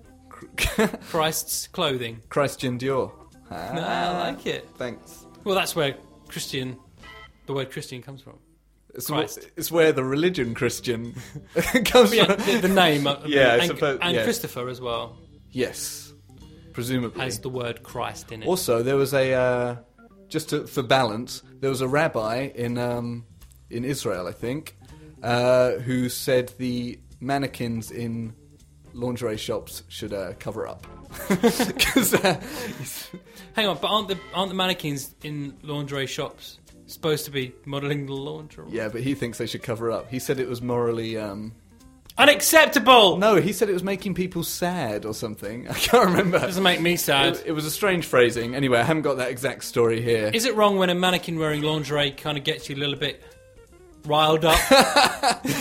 [SPEAKER 1] Christ's clothing.
[SPEAKER 2] Christ endure. Ah,
[SPEAKER 1] No, I like it.
[SPEAKER 2] Thanks.
[SPEAKER 1] Well, that's where Christian, the word Christian comes from.
[SPEAKER 2] It's,
[SPEAKER 1] Christ.
[SPEAKER 2] wh- it's where the religion Christian comes
[SPEAKER 1] But yeah,
[SPEAKER 2] from.
[SPEAKER 1] the, the name. uh,
[SPEAKER 2] Yeah, I
[SPEAKER 1] and,
[SPEAKER 2] suppose-
[SPEAKER 1] and
[SPEAKER 2] yeah.
[SPEAKER 1] Christopher as well
[SPEAKER 2] Yes, presumably.
[SPEAKER 1] has the word Christ in it.
[SPEAKER 2] Also, there was a uh, just to, for balance. There was a rabbi in um, in Israel, I think, uh, who said the mannequins in lingerie shops should uh, cover up. 'Cause, uh,
[SPEAKER 1] Hang on, but aren't the aren't the mannequins in lingerie shops supposed to be modelling the lingerie?
[SPEAKER 2] yeah, but he thinks they should cover up. He said it was morally. Um,
[SPEAKER 1] Unacceptable.
[SPEAKER 2] no, he said it was making people sad or something. I can't remember.
[SPEAKER 1] Doesn't make me sad.
[SPEAKER 2] It, it was a strange phrasing. Anyway, I haven't got that exact story here.
[SPEAKER 1] Is it wrong when a mannequin wearing lingerie kind of gets you a little bit riled up?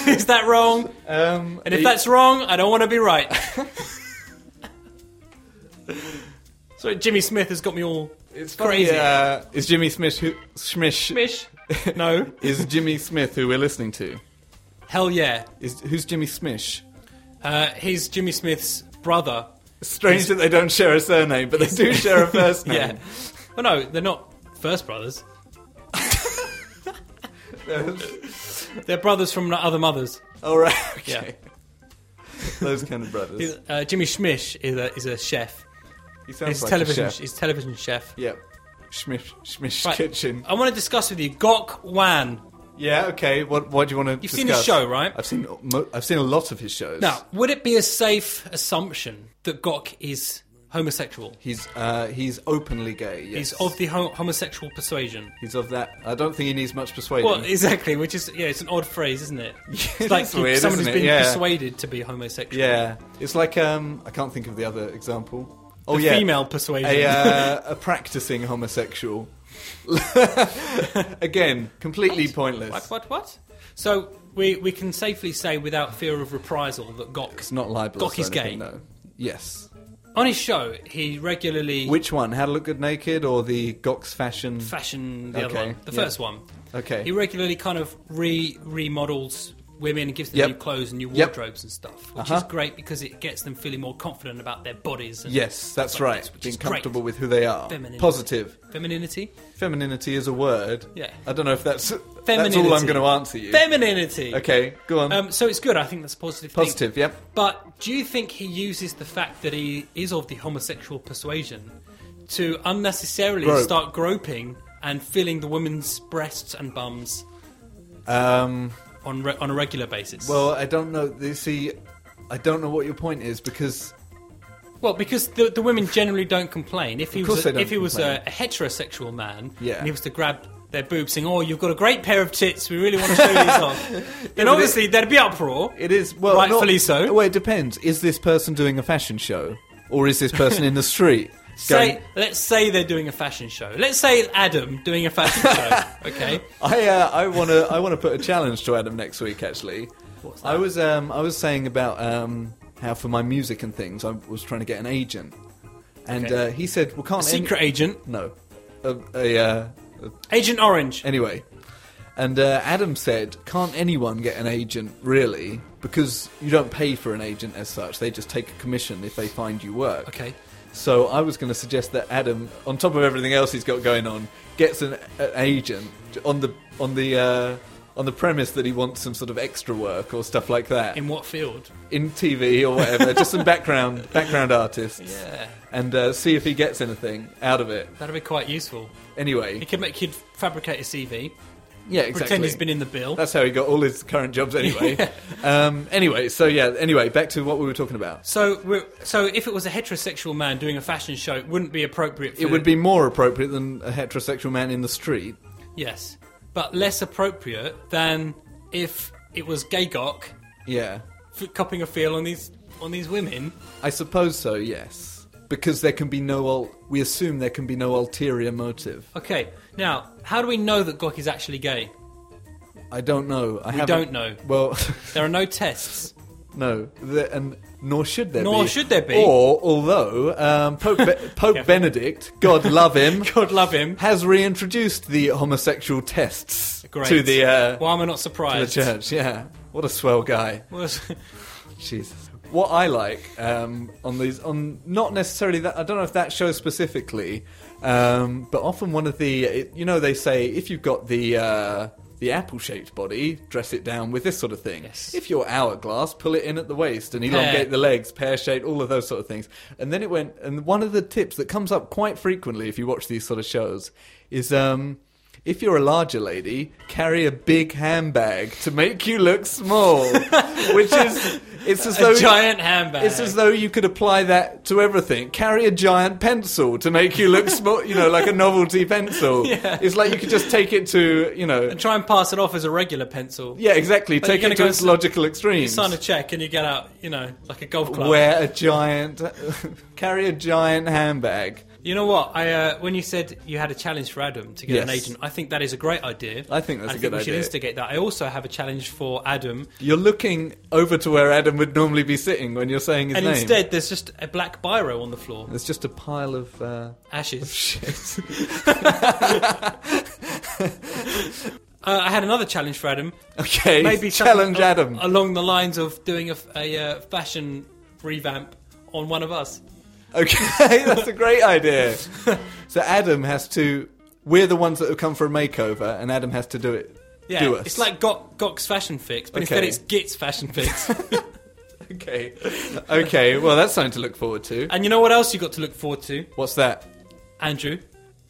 [SPEAKER 1] Is that wrong?
[SPEAKER 2] Um,
[SPEAKER 1] And if
[SPEAKER 2] he-
[SPEAKER 1] that's wrong, I don't want to be right. so Jimmy Smith has got me all
[SPEAKER 2] it's
[SPEAKER 1] crazy.
[SPEAKER 2] Funny, uh, is Jimmy Smith who, Smish
[SPEAKER 1] mish. No,
[SPEAKER 2] is Jimmy Smith, who we're listening to.
[SPEAKER 1] hell yeah.
[SPEAKER 2] Is who's Jimmy Smish?
[SPEAKER 1] Uh, he's Jimmy Smith's brother.
[SPEAKER 2] Strange that they don't share a surname, but they do share a first name.
[SPEAKER 1] Yeah. Well, no, they're not first brothers. They're brothers from other mothers.
[SPEAKER 2] All right. Okay. Those kind of brothers.
[SPEAKER 1] He's- Uh, Jimmy Schmish is a, is a chef.
[SPEAKER 2] He sounds
[SPEAKER 1] He's
[SPEAKER 2] like
[SPEAKER 1] television.
[SPEAKER 2] a chef.
[SPEAKER 1] He's television chef.
[SPEAKER 2] Yep. Schmish Schmish
[SPEAKER 1] Right.
[SPEAKER 2] Kitchen.
[SPEAKER 1] I want to discuss with you Gok Wan.
[SPEAKER 2] Yeah. Okay. What What do you want to?
[SPEAKER 1] You've seen his show, right?
[SPEAKER 2] I've seen. mo- I've seen a lot of his shows.
[SPEAKER 1] Now, would it be a safe assumption that Gok is homosexual?
[SPEAKER 2] He's uh, he's openly gay. Yes.
[SPEAKER 1] He's of the ho- homosexual persuasion.
[SPEAKER 2] He's of that. I don't think he needs much persuading.
[SPEAKER 1] Well, exactly. Which is yeah, it's an odd phrase, isn't it? It's like
[SPEAKER 2] is weird,
[SPEAKER 1] somebody's
[SPEAKER 2] isn't it?
[SPEAKER 1] been
[SPEAKER 2] Yeah.
[SPEAKER 1] persuaded to be homosexual.
[SPEAKER 2] yeah. It's like um. I can't think of the other example.
[SPEAKER 1] The
[SPEAKER 2] Oh yeah.
[SPEAKER 1] female persuasion.
[SPEAKER 2] a, uh, a practicing homosexual. Again, completely pointless.
[SPEAKER 1] What? What? What? So we we can safely say without fear of reprisal that Gok
[SPEAKER 2] It's not libelous.
[SPEAKER 1] Gok is
[SPEAKER 2] or anything,
[SPEAKER 1] gay.
[SPEAKER 2] No. Yes.
[SPEAKER 1] on his show he regularly
[SPEAKER 2] Which one? How to look good naked or the Gok's fashion?
[SPEAKER 1] fashion the other
[SPEAKER 2] Okay,
[SPEAKER 1] one, the
[SPEAKER 2] yeah.
[SPEAKER 1] first one.
[SPEAKER 2] okay.
[SPEAKER 1] He regularly kind of re remodels women and gives them
[SPEAKER 2] Yep.
[SPEAKER 1] new clothes and new
[SPEAKER 2] Yep.
[SPEAKER 1] wardrobes and stuff, which is
[SPEAKER 2] Uh-huh.
[SPEAKER 1] great because it gets them feeling more confident about their bodies. And
[SPEAKER 2] yes, that's
[SPEAKER 1] stuff like
[SPEAKER 2] right.
[SPEAKER 1] this, which
[SPEAKER 2] Being
[SPEAKER 1] is great.
[SPEAKER 2] comfortable with who they are.
[SPEAKER 1] Femininity.
[SPEAKER 2] Positive.
[SPEAKER 1] Femininity.
[SPEAKER 2] Femininity is a word.
[SPEAKER 1] Yeah.
[SPEAKER 2] I don't know if that's that's
[SPEAKER 1] Femininity.
[SPEAKER 2] all I'm going to answer you.
[SPEAKER 1] Femininity.
[SPEAKER 2] okay, go on.
[SPEAKER 1] Um, so it's good. I think that's a positive. thing.
[SPEAKER 2] Positive. Yep.
[SPEAKER 1] But do you think he uses the fact that he is of the homosexual persuasion to unnecessarily
[SPEAKER 2] Grope.
[SPEAKER 1] start groping and filling the women's breasts and bums
[SPEAKER 2] Um,
[SPEAKER 1] on re- on a regular basis?
[SPEAKER 2] well, I don't know. You see, I don't know what your point is because
[SPEAKER 1] Well, because the, the women generally don't complain. If he
[SPEAKER 2] Of
[SPEAKER 1] was
[SPEAKER 2] course
[SPEAKER 1] a,
[SPEAKER 2] they don't
[SPEAKER 1] if he was a,
[SPEAKER 2] complain.
[SPEAKER 1] a heterosexual man,
[SPEAKER 2] Yeah.
[SPEAKER 1] and he was to grab their boobs, saying, "Oh, you've got a great pair of tits. We really want to show these off," then
[SPEAKER 2] it-
[SPEAKER 1] obviously there'd be uproar.
[SPEAKER 2] It is well, not-
[SPEAKER 1] Rightfully so.
[SPEAKER 2] Well, it depends. Is this person doing a fashion show, or is this person in the street?
[SPEAKER 1] Say,
[SPEAKER 2] going,
[SPEAKER 1] let's say they're doing a fashion show. Let's say Adam doing a fashion show. Okay.
[SPEAKER 2] I uh, I want to I want to put a challenge to Adam next week. Actually,
[SPEAKER 1] What's that?
[SPEAKER 2] I was um I was saying about um how for my music and things I was trying to get an agent, and
[SPEAKER 1] Okay.
[SPEAKER 2] uh, he said, "Well, can't any-
[SPEAKER 1] Secret agent.
[SPEAKER 2] no, a, a, uh, a
[SPEAKER 1] Agent Orange.
[SPEAKER 2] Anyway, and uh, Adam said, "Can't anyone get an agent really? Because you don't pay for an agent as such; they just take a commission if they find you work."
[SPEAKER 1] Okay.
[SPEAKER 2] So I was going to suggest that Adam, on top of everything else he's got going on, gets an, an agent on the on the uh, on the premise that he wants some sort of extra work or stuff like that in,
[SPEAKER 1] In what field?
[SPEAKER 2] TV or whatever, just some background background artists,
[SPEAKER 1] Yeah.
[SPEAKER 2] and uh, see if he gets anything out of it.
[SPEAKER 1] That'd be quite useful.
[SPEAKER 2] Anyway,
[SPEAKER 1] He could make you fabricate a CV,
[SPEAKER 2] yeah, exactly.
[SPEAKER 1] pretend he's been in the bill.
[SPEAKER 2] That's how he got all his current jobs anyway. um, anyway, so yeah, anyway, back to what we were talking about.
[SPEAKER 1] so, we're, so if it was a heterosexual man doing a fashion show, it wouldn't be appropriate. For
[SPEAKER 2] It would be more appropriate than a heterosexual man in the street.
[SPEAKER 1] yes, but less appropriate than if it was Gay Gok
[SPEAKER 2] Yeah.
[SPEAKER 1] f- copping a feel on these on these women.
[SPEAKER 2] I suppose so, yes. Because there can be no ul- we assume there can be no ulterior motive.
[SPEAKER 1] Okay, now how do we know that Glock is actually gay?
[SPEAKER 2] I don't know. I
[SPEAKER 1] We
[SPEAKER 2] haven't-
[SPEAKER 1] don't know.
[SPEAKER 2] Well,
[SPEAKER 1] There are no tests.
[SPEAKER 2] no, the, and nor should there be.
[SPEAKER 1] Nor should there be.
[SPEAKER 2] Or although um, Pope Be- Pope Benedict, God love him,
[SPEAKER 1] God love him.
[SPEAKER 2] has reintroduced the homosexual tests
[SPEAKER 1] Great.
[SPEAKER 2] to the uh,
[SPEAKER 1] Why am I not
[SPEAKER 2] to the
[SPEAKER 1] surprised?
[SPEAKER 2] church. Yeah, what a swell guy.
[SPEAKER 1] Was-
[SPEAKER 2] Jesus. What I like um, on these, on not necessarily that, I don't know if that show specifically, um, but often one of the, it, you know, they say if you've got the uh, the apple shaped body, dress it down with this sort of thing.
[SPEAKER 1] Yes.
[SPEAKER 2] If you're hourglass, pull it in at the waist and elongate
[SPEAKER 1] Pear.
[SPEAKER 2] the legs, pear shaped, all of those sort of things. And then it went, and one of the tips that comes up quite frequently if you watch these sort of shows is. Um, if you're a larger lady, carry a big handbag to make you look small, which is it's as
[SPEAKER 1] a
[SPEAKER 2] though
[SPEAKER 1] giant handbag.
[SPEAKER 2] it's as though you could apply that to everything. Carry a giant pencil to make you look small, you know, like a novelty pencil.
[SPEAKER 1] Yeah.
[SPEAKER 2] It's like you could just take it to, you know,
[SPEAKER 1] and try and pass it off as a regular pencil.
[SPEAKER 2] yeah, exactly.
[SPEAKER 1] you're
[SPEAKER 2] Take
[SPEAKER 1] gonna
[SPEAKER 2] it to
[SPEAKER 1] go
[SPEAKER 2] its
[SPEAKER 1] s-
[SPEAKER 2] logical
[SPEAKER 1] You
[SPEAKER 2] extremes.
[SPEAKER 1] sign a check and you get out, you know, like a golf club.
[SPEAKER 2] Wear a giant, carry a giant handbag.
[SPEAKER 1] You know what? I uh, when you said you had a challenge for Adam to get an
[SPEAKER 2] Yes.
[SPEAKER 1] agent, I think that is a great idea.
[SPEAKER 2] I think that's
[SPEAKER 1] I
[SPEAKER 2] a good
[SPEAKER 1] we should
[SPEAKER 2] idea.
[SPEAKER 1] instigate that. I also have a challenge for Adam,
[SPEAKER 2] You're looking over to where Adam would normally be sitting when you're saying his
[SPEAKER 1] and
[SPEAKER 2] name.
[SPEAKER 1] instead there's just a black biro on the floor,
[SPEAKER 2] there's just a pile of. Uh,
[SPEAKER 1] ashes.
[SPEAKER 2] Shit.
[SPEAKER 1] Uh, I had another challenge for Adam.
[SPEAKER 2] Okay.
[SPEAKER 1] Maybe something
[SPEAKER 2] challenge
[SPEAKER 1] al-
[SPEAKER 2] Adam.
[SPEAKER 1] along the lines of doing a, f- a, uh, fashion revamp on one of us.
[SPEAKER 2] Okay, that's a great idea. so Adam has to. We're the ones that have come for a makeover, and Adam has to do it.
[SPEAKER 1] Yeah,
[SPEAKER 2] do us.
[SPEAKER 1] it's like Gok, Gok's fashion fix, but instead
[SPEAKER 2] Okay.
[SPEAKER 1] it's Git's fashion fix.
[SPEAKER 2] okay, okay. Well, that's something to look forward to.
[SPEAKER 1] and you know what else you got to look forward to,
[SPEAKER 2] What's that?
[SPEAKER 1] Andrew?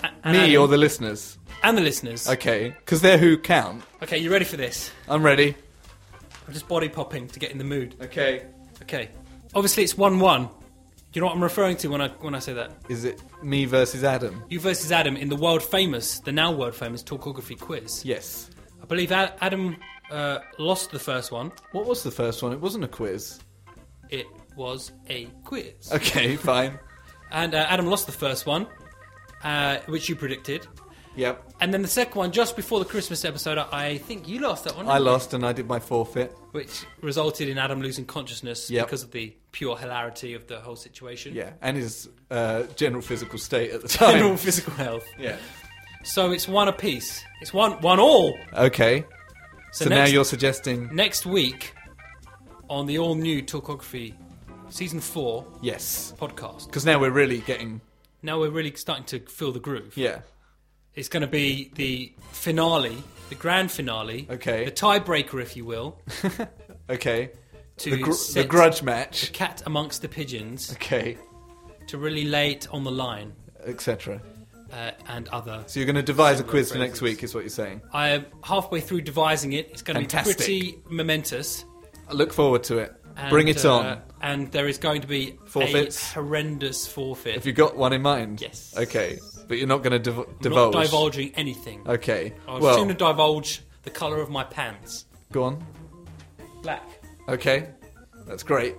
[SPEAKER 1] A- and
[SPEAKER 2] Me
[SPEAKER 1] Adam,
[SPEAKER 2] or the listeners?
[SPEAKER 1] and the listeners.
[SPEAKER 2] Okay, because they're who count.
[SPEAKER 1] Okay, you ready for this?
[SPEAKER 2] I'm ready.
[SPEAKER 1] I'm just body popping to get in the mood.
[SPEAKER 2] Okay.
[SPEAKER 1] Okay. Obviously, it's one-one. You know what I'm referring to when I when I say that.
[SPEAKER 2] Is it me versus Adam?
[SPEAKER 1] You versus Adam in the world famous, the now world famous talkography quiz.
[SPEAKER 2] Yes.
[SPEAKER 1] I believe Ad- Adam uh, lost the first one.
[SPEAKER 2] What was the first one? It wasn't a quiz.
[SPEAKER 1] It was a quiz,
[SPEAKER 2] Okay, fine.
[SPEAKER 1] and uh, Adam lost the first one, uh, which you predicted.
[SPEAKER 2] Yep.
[SPEAKER 1] And then the second one, just before the Christmas episode, I I think you lost that one.
[SPEAKER 2] I
[SPEAKER 1] didn't you?
[SPEAKER 2] lost and I did my forfeit.
[SPEAKER 1] which resulted in Adam losing consciousness
[SPEAKER 2] Yep.
[SPEAKER 1] because of the pure hilarity of the whole situation.
[SPEAKER 2] Yeah, and his uh, general physical state at the time.
[SPEAKER 1] general physical health.
[SPEAKER 2] Yeah.
[SPEAKER 1] So it's one apiece. It's one one all.
[SPEAKER 2] Okay.
[SPEAKER 1] So,
[SPEAKER 2] so now
[SPEAKER 1] next,
[SPEAKER 2] you're suggesting
[SPEAKER 1] next week on the all new Talkography season four
[SPEAKER 2] yes.
[SPEAKER 1] podcast.
[SPEAKER 2] Because now we're really getting.
[SPEAKER 1] Now we're really starting to feel the groove.
[SPEAKER 2] Yeah.
[SPEAKER 1] It's going to be the finale, the grand finale.
[SPEAKER 2] Okay.
[SPEAKER 1] The tiebreaker, if you will,
[SPEAKER 2] Okay.
[SPEAKER 1] to
[SPEAKER 2] the, gr- the
[SPEAKER 1] set
[SPEAKER 2] grudge match.
[SPEAKER 1] cat amongst the pigeons
[SPEAKER 2] Okay.
[SPEAKER 1] to really lay it on the line
[SPEAKER 2] Etc.
[SPEAKER 1] uh, and other.
[SPEAKER 2] So you're going to devise a
[SPEAKER 1] Similar
[SPEAKER 2] quiz for next
[SPEAKER 1] phrases.
[SPEAKER 2] week, is what you're saying.
[SPEAKER 1] I am halfway through devising it. It's going to
[SPEAKER 2] Fantastic.
[SPEAKER 1] be pretty momentous.
[SPEAKER 2] I look forward to it.
[SPEAKER 1] And,
[SPEAKER 2] Bring it
[SPEAKER 1] uh,
[SPEAKER 2] on.
[SPEAKER 1] And there is going to be
[SPEAKER 2] Forfeits?
[SPEAKER 1] a horrendous forfeit.
[SPEAKER 2] If you got one in mind.
[SPEAKER 1] Yes.
[SPEAKER 2] Okay. But you're not going to div-
[SPEAKER 1] I'm
[SPEAKER 2] divulge.
[SPEAKER 1] Not divulging anything.
[SPEAKER 2] Okay.
[SPEAKER 1] I'll
[SPEAKER 2] well,
[SPEAKER 1] sooner divulge the colour of my pants.
[SPEAKER 2] go on.
[SPEAKER 1] Black.
[SPEAKER 2] Okay. That's great.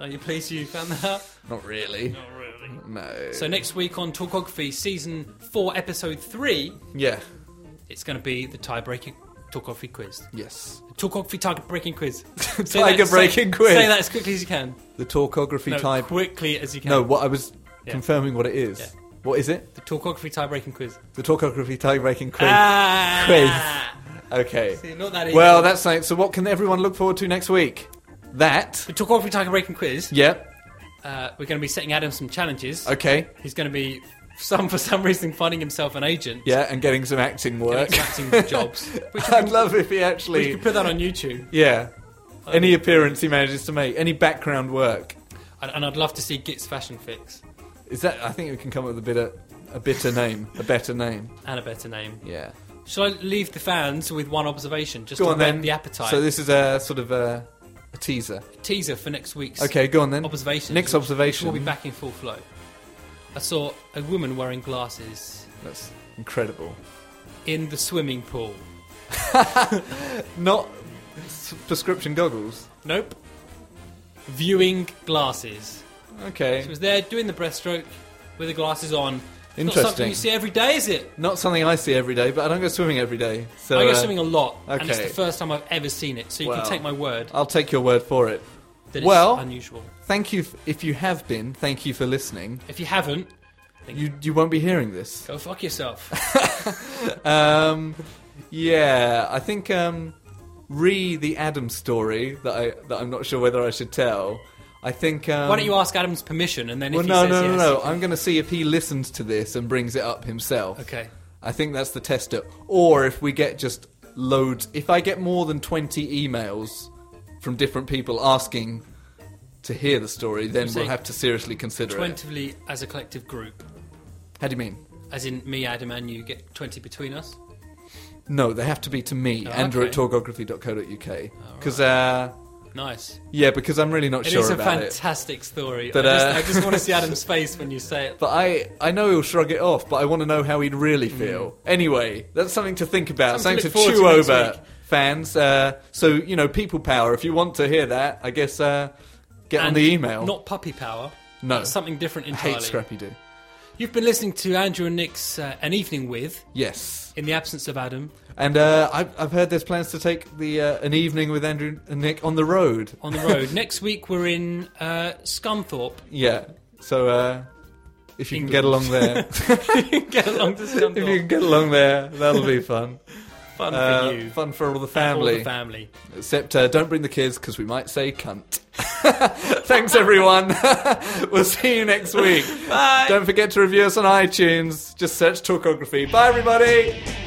[SPEAKER 1] Are you pleased you found that out?
[SPEAKER 2] Not really.
[SPEAKER 1] Not really.
[SPEAKER 2] No.
[SPEAKER 1] So next week on Talkography Season 4, Episode 3,
[SPEAKER 2] yeah.
[SPEAKER 1] it's going to be the tie-breaking Talkography quiz.
[SPEAKER 2] Yes.
[SPEAKER 1] The Talkography tie-breaking quiz. Say that-
[SPEAKER 2] Tiger-breaking
[SPEAKER 1] say-
[SPEAKER 2] quiz.
[SPEAKER 1] Say that as quickly as you can.
[SPEAKER 2] The talkography
[SPEAKER 1] No,
[SPEAKER 2] type.
[SPEAKER 1] quickly as you can.
[SPEAKER 2] No, what I was
[SPEAKER 1] Yeah.
[SPEAKER 2] confirming what it is.
[SPEAKER 1] Yeah.
[SPEAKER 2] What is it?
[SPEAKER 1] The Talkography tie-breaking quiz.
[SPEAKER 2] The talkography type breaking quiz.
[SPEAKER 1] Ah!
[SPEAKER 2] Okay.
[SPEAKER 1] See, not that easy.
[SPEAKER 2] Well, that's nice. So, what can everyone look forward to next week? That.
[SPEAKER 1] The Talkography tie-breaking quiz.
[SPEAKER 2] Yep.
[SPEAKER 1] Uh, we're going to be setting Adam some challenges.
[SPEAKER 2] Okay.
[SPEAKER 1] He's going to be, some for some reason, finding himself an agent.
[SPEAKER 2] Yeah, and getting some acting
[SPEAKER 1] and
[SPEAKER 2] work.
[SPEAKER 1] accepting jobs. Which we
[SPEAKER 2] I'd
[SPEAKER 1] can-
[SPEAKER 2] love if he
[SPEAKER 1] we
[SPEAKER 2] actually.
[SPEAKER 1] could put that on YouTube. Um,
[SPEAKER 2] Yeah.
[SPEAKER 1] Oh.
[SPEAKER 2] Any appearance he manages to make, any background work.
[SPEAKER 1] And, and I'd love to see Git's fashion fix
[SPEAKER 2] Is that? I think we can come up with a bit of, a bitter name, a better name.
[SPEAKER 1] and a better name.
[SPEAKER 2] Yeah.
[SPEAKER 1] Shall I leave the fans with one observation just
[SPEAKER 2] Go
[SPEAKER 1] to
[SPEAKER 2] on
[SPEAKER 1] whet
[SPEAKER 2] then.
[SPEAKER 1] the appetite?
[SPEAKER 2] So this is a sort of a, a teaser.
[SPEAKER 1] Teaser for next week's
[SPEAKER 2] Okay, go on then.
[SPEAKER 1] observation.
[SPEAKER 2] Next observation.
[SPEAKER 1] We'll be back in full flow. I saw a woman wearing glasses
[SPEAKER 2] That's incredible.
[SPEAKER 1] in the swimming pool.
[SPEAKER 2] Not s- prescription goggles.
[SPEAKER 1] Nope. viewing glasses.
[SPEAKER 2] Okay.
[SPEAKER 1] She was there doing the breaststroke with the glasses on. It's Not something
[SPEAKER 2] Interesting.
[SPEAKER 1] you see every day, is it?
[SPEAKER 2] Not something I see every day, but I don't go swimming every day. So
[SPEAKER 1] I go
[SPEAKER 2] uh,
[SPEAKER 1] swimming a lot, and it's
[SPEAKER 2] okay.
[SPEAKER 1] the first time I've ever seen it. So you
[SPEAKER 2] Wow.
[SPEAKER 1] can take my word
[SPEAKER 2] I'll take your word for it.
[SPEAKER 1] that
[SPEAKER 2] Well-
[SPEAKER 1] it's unusual.
[SPEAKER 2] Thank you f- if you have been. Thank you for listening.
[SPEAKER 1] If you haven't,
[SPEAKER 2] You you won't be hearing this.
[SPEAKER 1] go fuck yourself.
[SPEAKER 2] Um, yeah, I think um, re the Adam story that I that I'm not sure whether I should tell. I think. Um,
[SPEAKER 1] Why don't you ask Adam's permission, and then
[SPEAKER 2] Well,
[SPEAKER 1] if
[SPEAKER 2] no,
[SPEAKER 1] he says
[SPEAKER 2] no, no,
[SPEAKER 1] yes,
[SPEAKER 2] no. I'm going to see if he listens to this and brings it up himself.
[SPEAKER 1] Okay.
[SPEAKER 2] I think that's the tester. Or if we get just loads, if I get more than 20 emails from different people asking to hear the story, then
[SPEAKER 1] You're
[SPEAKER 2] we'll
[SPEAKER 1] saying
[SPEAKER 2] have to seriously consider it.
[SPEAKER 1] Twentively as a collective group,
[SPEAKER 2] How do you mean?
[SPEAKER 1] as in me, Adam, and you get twenty between us.
[SPEAKER 2] No, they have to be to me,
[SPEAKER 1] Oh,
[SPEAKER 2] Andrew at
[SPEAKER 1] okay.
[SPEAKER 2] torgography.co.uk. Because, uh,
[SPEAKER 1] Nice.
[SPEAKER 2] yeah, because I'm really not
[SPEAKER 1] It is
[SPEAKER 2] sure
[SPEAKER 1] a
[SPEAKER 2] about it.
[SPEAKER 1] fantastic story.
[SPEAKER 2] But,
[SPEAKER 1] I just,
[SPEAKER 2] uh,
[SPEAKER 1] I just want to see Adam's face when you say it.
[SPEAKER 2] But I, I know he'll shrug it off, but I want to know how he'd really feel. Anyway, that's something to think about,
[SPEAKER 1] Mm. Something
[SPEAKER 2] something,
[SPEAKER 1] to
[SPEAKER 2] to,
[SPEAKER 1] look forward
[SPEAKER 2] chew
[SPEAKER 1] to next
[SPEAKER 2] over,
[SPEAKER 1] week.
[SPEAKER 2] fans. Uh, so, you know, people power, if you want to hear that, I guess uh, get on
[SPEAKER 1] And
[SPEAKER 2] the email.
[SPEAKER 1] Not puppy power.
[SPEAKER 2] No.
[SPEAKER 1] That's something different
[SPEAKER 2] I
[SPEAKER 1] entirely.
[SPEAKER 2] hate Scrappy Doo.
[SPEAKER 1] You've been listening to Andrew and Nick's uh, An Evening With,
[SPEAKER 2] Yes,
[SPEAKER 1] in the absence of Adam,
[SPEAKER 2] and uh, I've, I've heard there's plans to take the uh, an evening with Andrew and Nick on the road.
[SPEAKER 1] on the road. Next week we're in uh, Scunthorpe.
[SPEAKER 2] Yeah, so uh, if you
[SPEAKER 1] England.
[SPEAKER 2] can get along there,
[SPEAKER 1] Get along to
[SPEAKER 2] if you
[SPEAKER 1] Scunthorpe.
[SPEAKER 2] can get along there, that'll be fun.
[SPEAKER 1] Fun
[SPEAKER 2] Uh,
[SPEAKER 1] for you.
[SPEAKER 2] Fun for all
[SPEAKER 1] and
[SPEAKER 2] the
[SPEAKER 1] all
[SPEAKER 2] family.
[SPEAKER 1] the family.
[SPEAKER 2] Except uh, don't bring the kids because we might say cunt. Thanks everyone. we'll see you next week.
[SPEAKER 1] Bye.
[SPEAKER 2] Don't forget to review us on iTunes. Just search Talkography. Bye everybody.